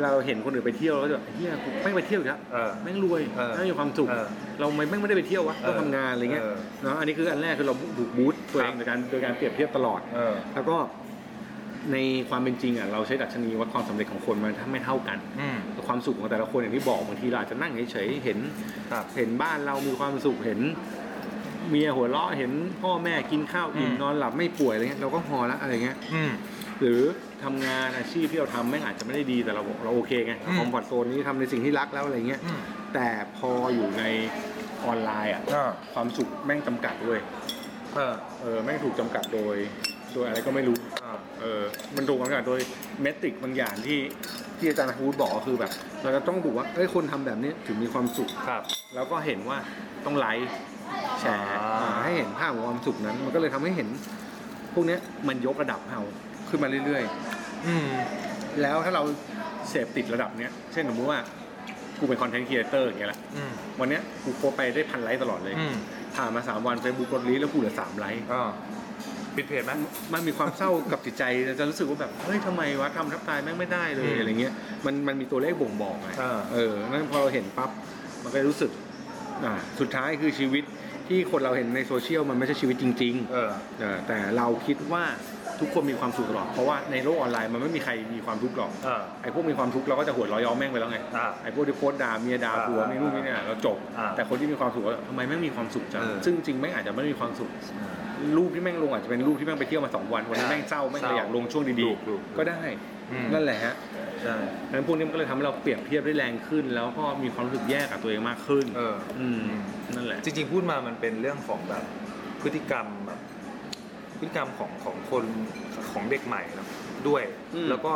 A: เราเห็นคนอื่นไปเที่ยวแล้วก็จะเฮียกูแม่งไปเที่ยวอีกแล้ว
B: เออ
A: แม่งรวย
B: เออ
A: แม่งมีความสุข
B: เออ
A: เราไม่แม่งไม่ได้ไปเที่ยววะ
B: เออ
A: ต้องทำงานอะไรเงี้ย
B: เออ
A: เนาะอันนี้คืออันแรกคือเราถูกบูสต์ตัวเองโดยการโดยการเปรียบเทียบตลอด
B: เออ
A: แล้วก็ในความเป็นจริงอ่ะเราใช้ดัชนีวัดความสำเร็จของคนมันไม่เท่ากัน
B: อืม
A: ความสุขของแต่ละคนอย่างที่บอกบางทีเราอาจจะนั่งเฉยๆเห็น
B: ครับ
A: เห็นบ้านเรามีความสุขเห็น เมียหัวเราะเห็นพ่อแม่กินข้าวอิ่ม
B: อืม
A: นอนหลับไม่ป่วยอะไรเงี้ยเราก็พอละอะไรเงี้ย
B: อืม
A: หรือทำงานอาชีพที่เราทำแม่งอาจจะไม่ได้ดีแต่เราบอกเราโอเคไง
B: อืม
A: คอมฟอร์ตโซนนี้ทำในสิ่งที่รักแล้วอะไรเงี้ย
B: อืม
A: แต่พออยู่ในออนไลน์อ่ะ
B: เออ
A: ความสุขแม่งจำกัดเว้ย
B: เออ
A: เออแม่งถูกจำกัดโดย โดยอะไรก็ไม่รู้
B: เออ
A: เออมันถูกกำกับโดยเมตริกบางอย่างที่ที่อาจารย์นักพูดบอกก็คือแบบ เราจะต้องดูว่าเอ้ยคนทำแบบนี้ถึงมีความสุข
B: ครับ
A: แล้วก็เห็นว่าต้องไลค์แชร์
B: อ่า
A: อ่าให้เห็นภาพของความสุขนั้น มันก็เลยทำให้เห็น พวกเนี้ยมันยกระดับเราขึ้นมาเรื่อย
B: อืม
A: ๆ แล้วถ้าเราเสพติดระดับเนี้ยเช่นสมมติว่ากูเป็นคอนเทนต์ครีเอเตอร์อย่างเงี้ยแหละ
B: อืม
A: วันเนี้ยกูโพสต์ไปได้พันไลค์ตลอดเลย
B: อืม
A: ผ่านมาสามวันเฟซบุ๊กกดลีแล้วกูเหลือสามไลค์
B: เออปิดเพจไหม
A: มันมีความเศร้ากับจิตใจเราจะรู้สึกว่าแบบเฮ้ยทำไมวะทำทับตายแม่งไม่ได้เลย
B: อืม
A: อะไรเงี้ยมันมันมีตัวเลขบ่งบอกไง
B: เออ
A: เออนั่นพอเราเห็นปั๊บมันก็รู้สึกอ่าสุดท้ายคือชีวิตที่คนเราเห็นในโซเชียลมันไม่ใช่ชีวิตจริง
B: เออ
A: ๆเออแต่เราคิดว่าทุกคนมีความสุขตลอดเพราะว่าในโลกออนไลน์มันไม่มีใครมีความทุกข์หรอก
B: เออ
A: ไอ้พวกมีความทุกข์เราก็จะหัวเราะย้อมแม่งไปแล้วไง
B: อ่า
A: ไอ้พวกที่โพสต์ด่าเมียด่า
B: อ่า
A: ผัวไม่นู่นนี่เนี่ยเราจบ
B: อ่า
A: แต่คนที่มีความสุขว่าทำไมแม่งมีความสุขจัง
B: เออ
A: ซึ่งจริงๆแม่งอาจจะไม่ได้มีความสุข รูปที่แม่งลงอาจจะเป็นรูปที่แม่งไปเที่ยวมาสองวันวันนี้น
B: ใช่
A: แม่งเศร้าแม่งเลย
B: เศร้า
A: อยากลงช่วงดี
B: ถูก
A: ๆก็ได้
B: อืม
A: นั่นแหละฮะ
B: ใช่
A: ดังนั้นพวกนี้มันก็เลยทำให้เราเปรียบเทียบได้แรงขึ้น แล้วก็มีความรู้สึกแย่กับตัวเองมากขึ้น
B: เออ
A: อืมนั่นแหละ
B: จริงๆ พูดมามันเป็นเรื่องของแบบพฤติกรรมแบบพฤติกรรมของของคนของเด็กใหม่เนอะด้วย
A: อืม
B: แล้วก็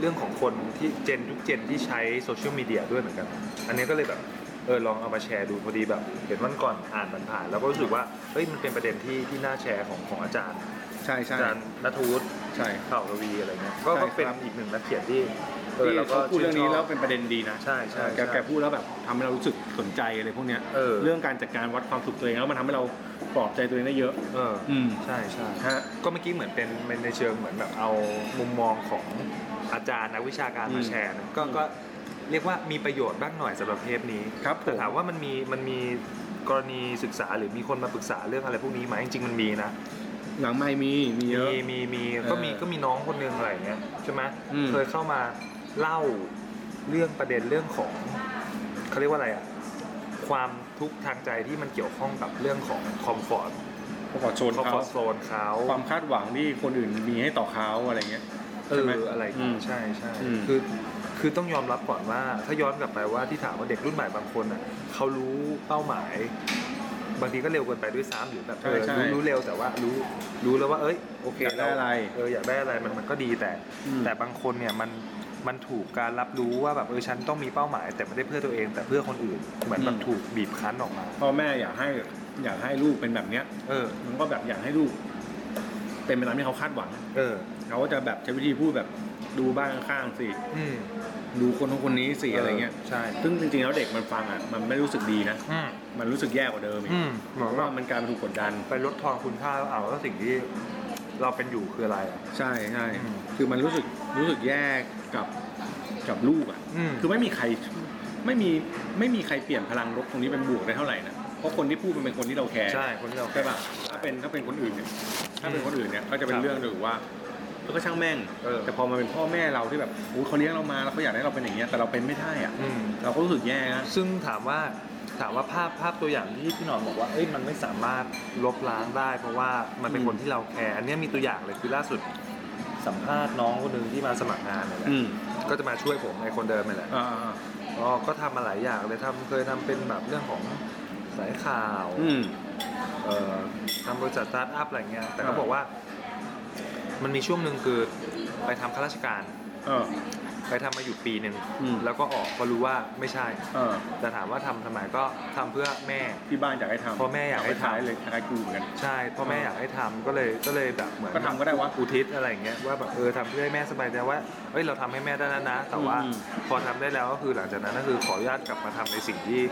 B: เรื่องของคนที่เจนทุกเจนที่ใช้โซเชียลมีเดียด้วยเหมือนกัน อันนี้ก็เลยแบบ เออลองเอามาแชร์ดูพอดีแบบ เห็นวันก่อนอ่านมันผ่านๆแล้วก็รู้สึกว่าเฮ้ยมันเป็นประเด็นที่ที่น่าแชร์ของของอาจารย์
A: ใช่ใช่
B: อาจารย์นัทวุฒิ
A: ใช่
B: เผ่ากวีอะไรเงี้ยก็
A: ใช่
B: ก็เป็น
A: ครับ
B: อีกหนึ่งนักเขียนที่เออ
A: ที่
B: เราก็
A: เขาพูดเรื่องนี้
B: ชื่ชบ
A: แล้วเป็นประเด็นดีนะ
B: ใช่ใช่
A: แก
B: ใช่
A: แกพูดแล้วแบบทำให้เรารู้สึกสนใจอะไรพวกเนี้ย
B: เออ
A: องการจัดการวัดความสุขตัวเองแล้วมันทำให้เราปลอบใจตัวเองได้เยอะ
B: เออ
A: อืม
B: ใช่ใช่ฮะก็เมื่อกี้เหมือนเป็นเป็นในเชิงเหมือนแบบเอามุมมองของอาจารย์นักวิชาการ
A: อืม
B: มาแชร์นะก็
A: อืม
B: ก็เรียกว่ามีประโยชน์บ้างหน่อยสำหรับเทปนี้
A: ครับผม
B: แต่ถามว่ามันมีมันมีกรณีศึกษาหรือมีคนมาปรึกษาเรื่องอะไรพวกนี้ไหมจริงๆมันมีนะ
A: หลังไม่มีมีเยอะ
B: มีมีมีก็มี
A: เออ
B: ก็มีน้องคนหนึงอะไรอย่างเงี้ยใช่ไหม
A: อืม
B: เคยเข้ามาเล่าเรื่องประเด็นเรื่องของเขาเรียกว่าอะไรอะความทุกข์ทางใจที่มันเกี่ยวข้องกับเรื่องของคอมฟอร์ต
A: ประกอบโซน
B: คอมฟ
A: เขา
B: อร์ตโซนเขา
A: ความคาดหวังที่คนอื่นมีให้ต่อเขาอะไรเงี้ย
B: เอ
A: ใช่
B: อ
A: ไหม
B: อะไร
A: อืม
B: ใช่ใช่
A: อืม
B: คือคือต้องยอมรับก่อนว่า ถ้าย้อนกลับไปว่าที่ถามว่าเด็กรุ่นใหม่บางคนอ่ะเขารู้เป้าหมาย บางทีก็เร็วเกินไปด้วยซ้ำหรือแบบ
A: ใช่
B: เออ
A: ใช่
B: รู้รู้เร็วแต่ว่ารู้รู้แล้วว่าเอ้ยโอเค
A: อยากได้
B: เ
A: อะไร
B: เอออยากได้อะไรมันมันก็ดีแต่
A: อืม
B: แต่บางคนเนี่ยมันมันถูกการรับรู้ว่าแบบเออฉันต้องมีเป้าหมาย แต่ไม่ได้เพื่อตัวเอง แต่เพื่อคนอื่น เหมือนมันถูกบีบคั้นออกมา
A: พ่อแม่อยากให้อยากให้ลูกเป็นแบบเนี้ย
B: เออ
A: มันก็แบบอยากให้ลูก เป็นไปตามที่เขาคาดหวัง
B: เออ
A: เขาก็จะแบบใช้วิธีพูดแบบดูบ้านข้างๆสิ
B: อืม
A: ดูคนของคนนี้สิอะไรเงี้ย
B: ใช่
A: ซึ่งจริงๆแล้วเด็กมันฟังอ่ะมันไม่รู้สึกดีนะ
B: อืม
A: มันรู้สึกแย่กว่าเดิมอีก
B: อืมเห
A: เพ
B: มือน
A: ราะ
B: ว่า
A: ว่ามันกลายเป็นถูกกดดัน
B: ไปลดทอนคุณค่าเอาแล้วสิ่งที่เราเป็นอยู่คืออะไรอะ
A: ใช่ใช่
B: อืม
A: คือมันรู้สึกรู้สึกแย่กับกับลูกอ่ะ
B: อืม
A: คือไม่มีใครไม่มีไม่มีใครเปลี่ยนพลังลบตรงนี้เป็นบวกได้เท่าไหร่นะ เพราะคนที่พูดมันเป็นคนที่เราแคร์
B: ใช่ คนที่เรา
A: ใช่ป่ะ ถ้าเป็นถ้าเป็นคนอื่นเนี่ย ถ้าเป็น
B: อืม
A: คนอื่นเนี่ยก็จะเป็น
B: ครับ
A: เรื่องหรือว่าเออก็ช่างแม่ง
B: เออ
A: แต่พอมาเป็นพ่อแม่เราที่แบบอุ๊ยเขาเลี้ยงเรามาแล้วเขาอยากให้เราเป็นอย่างเงี้ย แต่เราเป็นไม่ได้อ่ะ
B: อืม
A: เราก็รู้สึกแย่นะ
B: ซึ่งถามว่าถามว่าภาพภาพตัวอย่างที่พี่หนอนบอกว่าเอ้ยมันไม่สามารถลบล้างได้ เพราะว่ามันเป็น
A: อืม
B: คนที่เราแคร์อันเนี้ยมีตัวอย่างเลยคือล่าสุดสัมภาษณ์น้องคนหนึ่งที่มาสมัครงานเนี่ยแหละ
A: อืม
B: ก็จะมาช่วยผมในคนเดิมนี่แหละ
A: อ่า
B: อ๋อก็ทำมาหลายอย่างเลยทำเคยทำเป็นแบบเรื่องของสายข่าว
A: อืม
B: เอ่อทำบริษัทสตาร์ทอัพอะไรเงี้ยแต่เขา
A: อ่า
B: บอกว่า มันมีช่วงหนึ่งคือไปทำข้าราชการ
A: เออ
B: ไปทำมาอยู่ปีหนึ่ง
A: อืม
B: แล้วก็ออกก็รู้ว่าไม่ใช่
A: เออ
B: แต่ถามว่าทำทำไมก็ทำเพื่อแม่
A: ที่บ้านอยากให้ทำ
B: พ่อแม่อยากให้
A: ค
B: ทำ
A: ล้ายๆเลยคล้ายๆกูเหมือนกัน
B: ใช่พ่อแม่อยากให้ทำก็เลยก็เลยแบบเหมือน
A: ก็ทำก็ได้วะ
B: อุทิศอะไรอย่างเงี้ยว่าแบบเออทำเพื่อให้แม่สบายใจว่าเอ้ยเราทำให้แม่ได้แล้วนะ แต่ว่า
A: อืม
B: พอทำได้แล้วก็คือหลังจากนั้นก็คือขออนุญาตกลับมาทำในสิ่งที่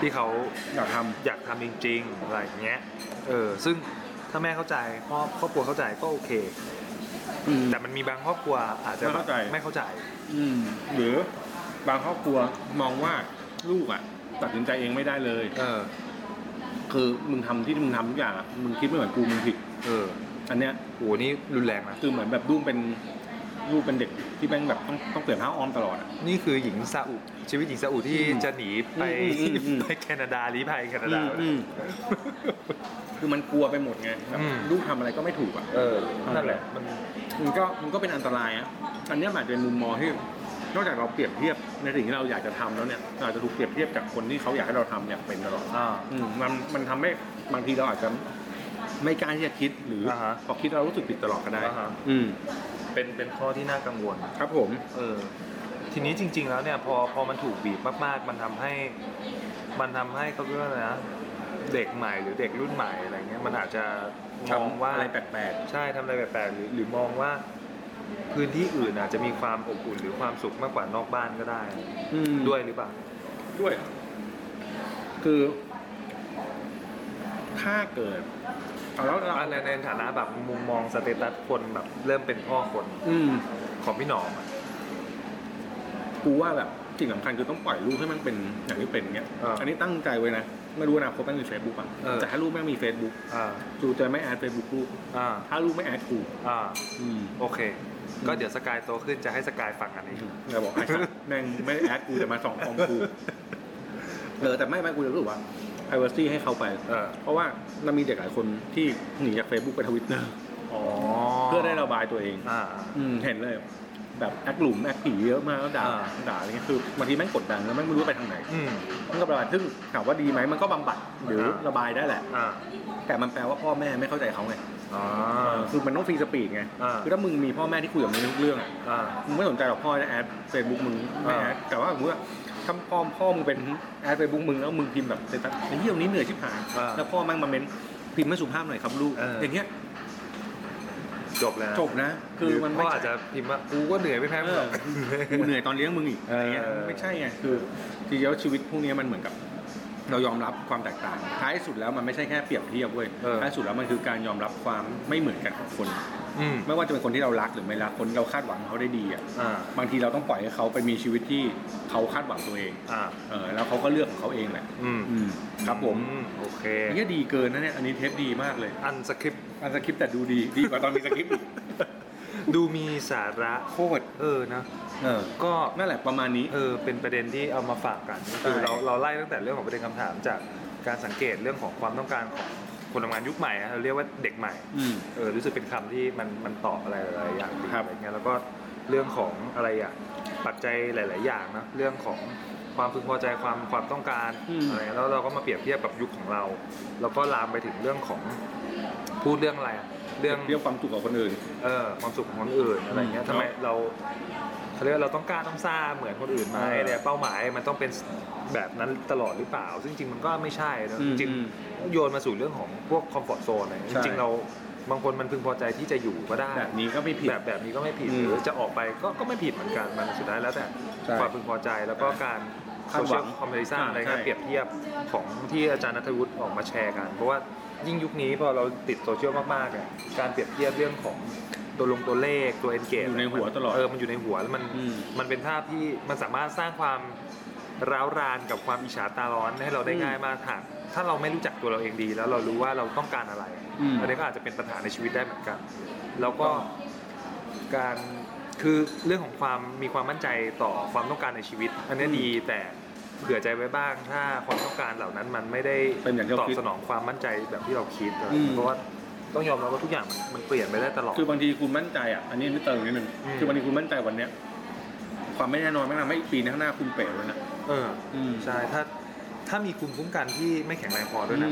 B: ที่เขา
A: อยากทำ
B: อยากทำจริงๆอะไรอย่างเงี้ยเออซึ่งถ้าแม่เข้าใจครอบครอบครัวเข้าใจก็โอเค แต่มันมีบางครอบครัวอาจจะแบบ
A: ไม่เข้าใจ
B: ไม่เข้าใจ
A: อืมหรือบางครอบครัวมองว่าลูกอ่ะ ตัดสินใจเองไม่ได้เลย
B: เออ
A: คือมึงทำที่มึงทำทุกอย่างอะมึงคิดไม่เหมือนกูมึงผิด
B: เออ
A: อันเนี้ย
B: โหนี่รุนแรงนะ
A: คือเหมือนแบบลูกเป็นลูกเป็นเด็กที่แม่งแบบต้องต้องเปลี่ยนผ้าอ้อมตลอดอะ
B: นี่คือหญิงซาอุชีวิตหญิงซาอุที่
A: อืม
B: จะหนีไป
A: อืมอืมอืม
B: ไปแคนาดาลี้ภัยแคนาดา
A: อืมคือมันกลัวไปหมดไงแบบ
B: อืม
A: ลูกทำอะไรก็ไม่ถูกอ่ะ
B: เออนั่นแหละมัน
A: มันก็มันก็เป็นอันตรายอ่ะ อันเนี้ยมันอาจจะเป็นมุมมองที่ นอกจากเราเปรียบเทียบในสิ่งที่เราอยากจะทำแล้วเนี่ยเราอาจจะถูกเปรียบเทียบจากคนที่เขาอยากให้เราทำเนี่ยเป็นตลอด
B: อ่า
A: อืมมันมันทำให้บางทีเราอาจจะไม่กล้าที่จะคิดหรืออา
B: ฮะ
A: พอคิดเรารู้สึกผิดตลอดก็ได้
B: อ่าฮะ
A: อืม
B: เป็นเป็นข้อที่น่ากังวล
A: ครับผม
B: เออ ทีนี้จริง ๆ แล้วเนี่ย พอพอมันถูกบีบมากๆ มันทำให้ มันทำให้เขาเรียกว่าอะไรนะ เด็กใหม่หรือเด็กรุ่นใหม่อะไรเงี้ยมันอาจจะมองว่า
A: อะไรแปลก
B: ใช่ทำอะไรแปลกๆหรือหรือมองว่า พื้นที่อื่นอาจจะมีความอบอุ่นหรือความสุขมากกว่านอกบ้านก็ได้
A: ๆ อืม
B: ด้วยหรือเปล่า
A: ด้วย คือ ถ้าเกิดเอาแล้วเรา
B: อะไรในฐานะแบบมุมมองสเตตัสคนแบบเริ่มเป็นพ่อคน
A: อืม
B: ของพี่หนอมอะ
A: กูว่าแบบสิ่งสำคัญคือต้องปล่อยลูกให้มันเป็นอย่างที่เป็นเงี้ย
B: เอออั
A: อันนี้ตั้งใจไว้นะ ไม่รู้อนาคตแม่งมีเฟซบุ๊กอ่ะ
B: เออ
A: แต่ถ้าลูกแม่งมีเฟซบุ๊ก
B: อ่า
A: กูจะไม่แอดเฟซบุ๊กลูก
B: อ่า
A: ถ้าลูกไม่แอดกู
B: อ่า
A: อืม
B: โอเค ก็เดี๋ยวสกายโตขึ้นจะให้สกายฟังอันนี้
A: จะบอกไอ้สัสแม่งไม่ได้แอดกูแต่มาสองของกูเออแต่ไม่ไม่กูจะรู้สึกว่า privacy ให้เขาไป
B: เออ
A: เพราะว่ามันมีเด็กหลายคนที่หนีจากเฟซบุ๊กไปทวิตเตอร์
B: อ๋อ
A: เพื่อได้ระบายตัวเอง
B: อ่า
A: อืมเห็นเลย แบบแอคหลุมแอคผีเยอะมากแล้วด่า
B: อ่า
A: ด่าอะไรเงี้ยคือบางทีแม่งกดดันแล้วแม่งไม่รู้ไปทางไหน
B: อืม
A: มันก็ระบายซึ่งถามว่าดีไหมมันก็บำบัดหรือ
B: อ่า
A: ระบายได้แหละ
B: อ่า
A: แต่มันแปลว่าพ่อแม่ไม่เข้าใจเขาไง
B: อ๋อ
A: คือมันต้องฟรีสปีดไง
B: อ่า
A: คือถ้ามึงมีพ่อแม่ที่คุยกับมึงทุกเรื่องอะ
B: อ่า
A: มึงไม่สนใจหรอกพ่อจะแอดเฟซบุ๊กมึงไม่
B: อ่า
A: แอดแต่ว่าสมมติว่า ถ้าพ่อพ่อมึงเป็นแอดเฟซบุ๊กมึงแล้วมึงพิมพ์แบบเสร็จปั๊บไอ้เหี้ยวันนี้เหนื่อยชิบหาย
B: อ่า
A: แล้วพ่อแม่งมาเม้นพิมพ์ให้สุภาพหน่อยครับลูก
B: เอออ
A: อย่างเงี้ย
B: จบแล้ว
A: จบนะ คือมัน
B: พ่
A: ไม่
B: อ
A: ใช่
B: อาจจะพิมพ์ว่ากูก็เหนื่อยไม่แพ้มึงหรอก
A: เกูเหนื่อยตอนเลี้ยงมึงอีกอะไรเงี้ย
B: เออ
A: ไม่ใช่ไงคือจริงๆแล้วชีวิตพวกเนี้ยมันเหมือนกับ เรายอมรับความแตกต่าง ท้ายสุดแล้วมันไม่ใช่แค่เปรียบเทียบเว้ยท้ายสุดแล้วมันคือการยอมรับความไม่เหมือนกันของคน
B: อืม
A: ไม่ว่าจะเป็นคนที่เรารักหรือไม่รักคนที่เราคาดหวังเขาได้ดีอ่ะ
B: อ่า
A: บางทีเราต้องปล่อยให้เขาไปมีชีวิตที่เขาคาดหวังตัวเอง
B: อ่า
A: เออแล้วเขาก็เลือกของเขาเองแหละ
B: อืม
A: อืมครับผม
B: อืโอเค
A: อันนี้ดีเกินนะเนี่ยอันนี้เทปดีมากเลย
B: อันสคริปต์
A: อันสคริปต์แต่ดูดีดีกว่าตอนมีสคริปต์อีก
B: ดูมีสาระ
A: โคตร
B: เออนะ
A: เออ
B: ก็
A: นั่นแหละประมาณนี้
B: เออเป็นประเด็นที่เอามาฝากกันคือ
A: ใช่
B: เราเราไล่ตั้งแต่เรื่องของประเด็นคำถามจากการสังเกตเรื่องของความต้องการของคนทำงานยุคใหม่อะเราเรียกว่าเด็กใหม่
A: อืม
B: เออรู้สึกเป็นคำที่มันมันตอบอะไรหลายๆอย่างดี
A: ครับ
B: อะไรเงี้ยแล้วก็เรื่องของอะไรอ่ะปัจจัยหลาย ๆ อย่างนะเรื่องของความพึงพอใจความความต้องการ
A: อืม
B: อะไรแล้วเราก็มาเปรียบเทียบกับยุคของเรา แล้วก็ลามไปถึงเรื่องของพูดเรื่องอะไรอะเรื่อง
A: เรียกความสุขของคนอื่น
B: เออความสุขของคนอื่นอะไรเงี้ย
A: อืม
B: ทำไมเราเขาเรียกว่าเราต้องกล้าต้องซ่าเหมือนคนอื่นไหม
A: เออ
B: เนี่ยเป้าหมายมันต้องเป็นแบบนั้นตลอดหรือเปล่า ซึ่งจริงๆมันก็ไม่ใช่นะ
A: อืม
B: จริง
A: อืม
B: ๆโยนมาสู่เรื่องของพวกคอมฟอร์ทโซนเลยจริงๆเราบางคนมันพึงพอใจที่จะอยู่ก็ได้
A: แบบนี้ก็ไม่ผิด
B: แบบแบบนี้ก็ไม่ผิด
A: อืม
B: หรือจะออกไปก็ก็ไม่ผิดเหมือนกันมันสุดท้ายแล้วแต่
A: ใช่
B: ความพึงพอใจแล้วก็การ
A: คาดหวัง
B: คอมเพลซัน
A: อ่า
B: อะไรเงี้ย
A: ใช่
B: เปรียบเทียบของที่อาจารย์นัทวุฒิออกมาแชร์กัน เพราะว่ายิ่งยุคนี้พอเราติดโซเชียลมากๆเนี่ยการเปรียบเทียบเรื่องของตัวลงตัวเลขตัวเอนเกจ
A: อยู่ในหัวตลอด
B: เออมันอยู่ในหัวแล้วมัน
A: อืม
B: มันเป็นภาพที่มันสามารถสร้างความร้าวรานกับความอิจฉาตาร้อนให้เราได้ง่ายมากหากถ้าเราไม่รู้จักตัวเราเองดี แล้วเรารู้ว่าเราต้องการอะไร
A: อืม
B: อันนี้ก็อาจจะเป็นปัญหาในชีวิตได้เหมือนกัน แล้วก็การคือเรื่องของความมีความมั่นใจต่อความต้องการในชีวิต อันนี้
A: อืม
B: ดีแต่เผื่อใจไว้บ้าง ถ้าความต้องการเหล่านั้นมันไม่ได้
A: เป็นอย่างที่
B: ตอ
A: เรา
B: บ
A: คิด
B: สนองความมั่นใจแบบที่เราคิดอะไร
A: อืม
B: เพราะว่าต้องยอมรับว่าทุกอย่างมันมันเปลี่ยนไปได้ตลอด
A: คือบางทีคุณมั่นใจอ่ะ อันนี้ไม่เติมนิดนึง
B: อืม
A: คือบางทีคุณมั่นใจวันเนี้ย ความไม่แน่นอนมันทำให้ปีหน้าคุณเป๋เลยนะ
B: เออ
A: อืม
B: ใช่ถ้าถ้ามีภูมิคุ้มกันที่ไม่แข็งแรงพอด้วยนะ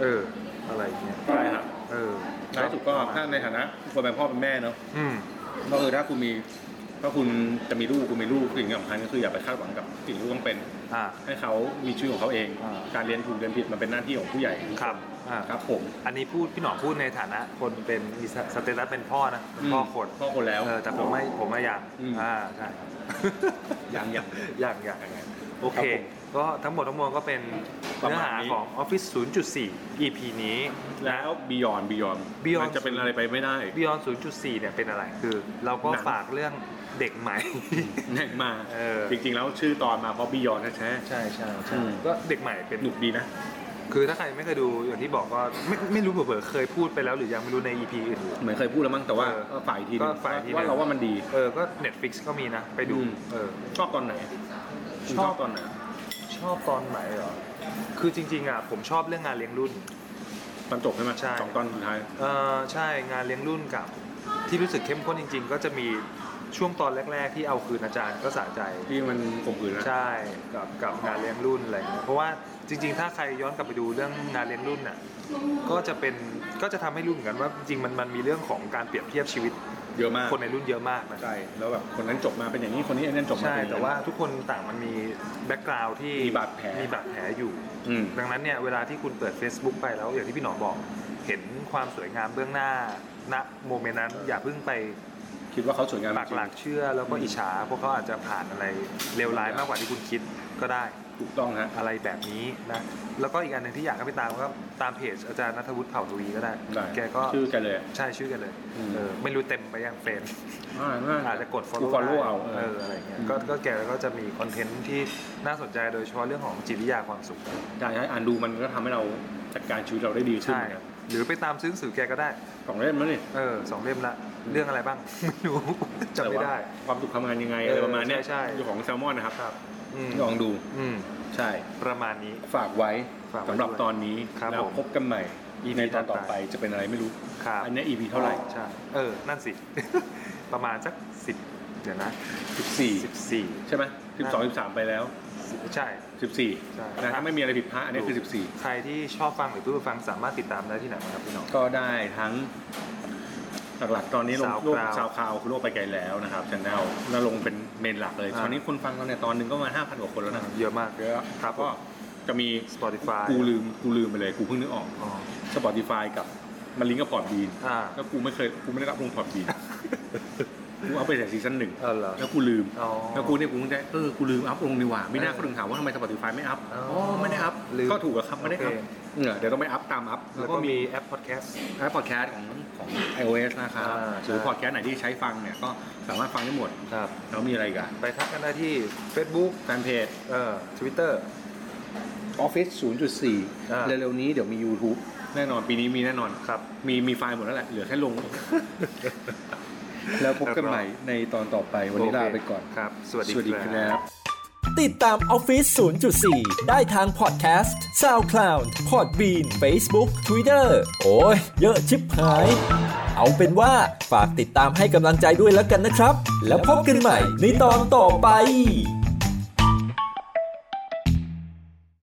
B: เออ อะไรอย่างเงี้ย
A: ใช่ครับ
B: เออ
A: ท้ายสุดก็ถ้าในฐานะคนเป็นพ่อเป็นแม่เนาะ
B: อืม
A: ก็คือถ้าคุณมีถ้าคุณจะมีลูกคุณมีลูกสิ่งที่สำคัญก็คืออย่าไปคาดหวังกับสิ่งที่ลูกต้องเป็น
B: อ่า
A: ให้เขามีชีวิตของเขาเอง
B: อ่า
A: การเรียนถูกเรียนผิดมันเป็นหน้าที่ของผู้ใหญ่
B: ครับอ่า
A: ครับ ผม
B: อันนี้พูดพี่หนองพูดในฐานะคนเป็นมีสเตตัสเป็นพ่อนะเป็นพ่อคน
A: พ่อคนแล้ว
B: เออแต่ผมไม่ผมไม่อยาก
A: อืม
B: อ่าใช่ ครับ
A: ยังยัง
B: อยากอยากโอเค
A: ครับผม
B: ก็ทั้งหมดทั้งมวลก็เป็น
A: ประ
B: เนื้อ
A: มาณ
B: หา
A: นี้
B: ของ Office 0.4 EP นี้
A: แล้วบียอนบียอน
B: Beyond
A: มันจะเป็นอะไรไปไม่ได้
B: Beyond 0.4 เนี่ยเป็นอะไรคือ เราก็
A: หนัง
B: ฝากเรื่องเด็กใหม่
A: แน่มา
B: เออ
A: จริงๆแล้วชื่อตอนมาเพราะบียอนแท้
B: ใช่ใช่
A: อื
B: ใช่
A: ม
B: ก็เด็กใหม่เป็น
A: ๆหนุกดีนะ
B: คือถ้าใครไม่เคยดูอย่างที่บอกก็ไม่ไม่รู้เผื่อๆเคยพูดไปแล้วหรือยังไม่รู้ใน EP อื่น
A: เหมือนเคยพูดแล้วมั้งแต่ว่า
B: เออ
A: ก็ฝ่ายอีกทีหนึ
B: ก็
A: ง
B: ฝ่ายอีกทีหนึ่ง
A: ว่าเราว่ามันดี
B: ๆเออก็ Netflix ก็มีนะ ไปดู
A: อืม
B: เออ
A: ชอบตอนไหนคุณชอบตอนไหน
B: ชอบตอนไหนเหรอ คือจริงๆอ่ะผมชอบเรื่องงานเลี้ยงรุ่น
A: ตอนจบใช่ไหม
B: ใช่
A: สองตอนสุดท้าย
B: เออใช่งานเลี้ยงรุ่นกับที่รู้สึกเข้มข้นจริง ๆ ก็จะมีช่วงตอนแรก ๆ ที่เอาคืนอาจารย์ก็สะใจ
A: ที่มันข่มขืนนะ
B: ใช่กับกับงานเลี้ยงรุ่นอะไรเงี้ยเพราะว่าจริง ๆ ถ้าใครย้อนกลับไปดูเรื่องงานเลี้ยงรุ่นน่ะก็จะเป็นก็จะทำให้รู้เหมือนกันว่าจริงๆมันมันมีเรื่องของการเปรียบเทียบชีวิต
A: เยอะมาก
B: คนในรุ่นเยอะมากนะ
A: ใช่แล้วแบบคนนั้นจบมาเป็นอย่างนี้คนนี้ไอ้นั่นจบมา
B: ใช่
A: เป็นอย่งนี้
B: แต่ว่าทุกคนต่างมันมีแบ็กกราวด์ที่
A: มีบาดแผล
B: มีบาดแผลอยู่
A: อืม
B: ดังนั้นเนี่ยเวลาที่คุณเปิด Facebook ไปแล้วอย่างที่พี่หนอมบอก เห็นความสวยงามเบื้องหน้าณโมเมนต์นั้น อย่าเพิ่งไป
A: คิดว่าเขาสวยงาม
B: ปากหลัก
A: จริ
B: เชื่อแล้วก็อิจฉาเพวกเขาอาจจะผ่านอะไรเลวร้ายมากกว่าที่คุณคิดก็ได้
A: งถูกต้องฮะ
B: อะไรแบบนี้นะแล้วก็อีกอันหนึ่งที่อยากให้ไปตามก็ตามเพจอาจารย์นัทวุฒิเผ่าทวีก็ได้
A: ได้
B: แกก็
A: ชื่อแกเลยอะ
B: ใช่ชื่อกันเลย
A: อืม
B: เออไม่รู้เต็มไปยังเฟน
A: อ่าน่
B: อาจจะกด
A: กู
B: follow
A: follow
B: ได้
A: เอาเอ
B: เอ
A: อ
B: ออะไรอย่างเงี้ย
A: อืม
B: ก็ก็แกก็จะมีคอนเทนต์ที่น่าสนใจโดยเฉพาะเรื่องของจิตวิทยาความสุข
A: ได้ให้อ่านดูมันก็ทำให้เราจัดการชีวิตเราได้ดีขึ้น
B: ใช่
A: นะ
B: หรือไปตามซื้อหนังสือแกก็ได้
A: สองเล่มแล้วนี่
B: เออสองเล่มละ เรื่องอะไรบ้าง ไม่รู้จำไม่ได้
A: แต่ว่าความสุขทำงานยังไง
B: เออ
A: อะไรประมาณเนี้ย
B: ใช่ใช่
A: อยู่ของแซลมอนนะครับ
B: ครับ อืม
A: ลองดู
B: อืม
A: ใช่
B: ประมาณนี้
A: ฝากไว้
B: ฝากไว้
A: สำหรับ
B: ด้วย
A: ตอนนี้
B: ครับ
A: แล้ว
B: ผม
A: พบกันใหม่
B: EP
A: ในตอนต่อ
B: ถัดไป
A: ไปจะเป็นอะไรไม่รู้
B: ครับ
A: อันเนี้ย EP เท่าไหร่
B: ใช่เออ นั่นสิ ประมาณสักสิบเดี๋ยวนะสิ
A: 14
B: บสี่
A: ใช่ไหม12 13 ไปแล้ว
B: ใช่ ใช่
A: 14นะถ้าไม่มีอะไรผิดพลาดอันนี้คือ
B: ใครที่ชอบฟังหรือเพื่อฟังสามารถติดตามได้ที่ไหนบ้างครับพี่หน้อง
A: 14 ก็ได้ทั้ง หลักๆ ตอนนี้ลง
B: สาว
A: โลก
B: คราว
A: สาวคราวคือโลกไปไกลแล้วนะครับชแนลแล้วลงเป็นเมนหลักเลย
B: อ่า
A: ตอนนี้คนฟังเราเนี่ยตอนหนึงก็มาห้าพันกว่าคนแล้วนะ
B: เยอะมาก
A: เยอะ
B: ครับผม
A: ก็จะมี
B: Spotify
A: กูลืมกูลืมไปเลยกูเพิ่งนึกออก
B: อ๋อ
A: Spotify กับมันลิงก์กับพอดบีน
B: อ่า
A: แล้วกูไม่เคยกูไม่ได้รับลงพอด บีนกูเอาไปแต่ซีซั่นหนึ่ง
B: เออเหรอ
A: แล้วกูลืม
B: อ๋อ
A: แล้วกูเนี่ยกูเพิ่งได้เออกูลืมอัพลงดีกว่าไม่น่า
B: เออ
A: เขาถึงถามว่าทำไม Spotify ไม่อัพ
B: อ๋
A: อ๋
B: อ
A: อ
B: อ๋
A: ไม่ได้อัพ
B: ลืม
A: ก็ถูกอะครับไม่ได้อัพ
B: โอเค
A: เออเดี๋ยวต้องไปอัพตามอัพแล้
B: แล้ว
A: ว
B: ก็
A: ก็มี
B: มีแอปพอดแคสต์
A: แอปพอดแคสต์ของของ iOS นะครับ
B: อ่า
A: หรือ
B: ใช่
A: พอดแคสต์ไหนที่ใช้ฟังเนี่ยก็สามารถฟังได้หมด
B: ครับ
A: แล้วมีอะไรอีกัน
B: ไปทักกันได้ที่ Facebook
A: แฟนเพจ
B: เอ่อ Twitter
A: Office
B: อ่า
A: 0.4 เร็วๆนี้เดี๋ยวมี YouTube แน่นอนปีนี้มีแน่นอน
B: ครับ
A: มีมีไฟล์หมดแล้วแหละเหลือแค่ลง แล้วพบกันใหม่ในตอนต่อไปวันนี้ลาไปก่อน
B: ครับ สวัสดีครับ
A: ครับ
C: ติดตาม Office 0.4 ได้ทางพอดแคสต์ SoundCloud Podbean Facebook Twitter โอ้ย เยอะชิบหาย เอาเป็นว่าฝากติดตามให้กำลังใจด้วยแล้วกันนะครับ แล้วพบกันใหม่ในตอนต่อไป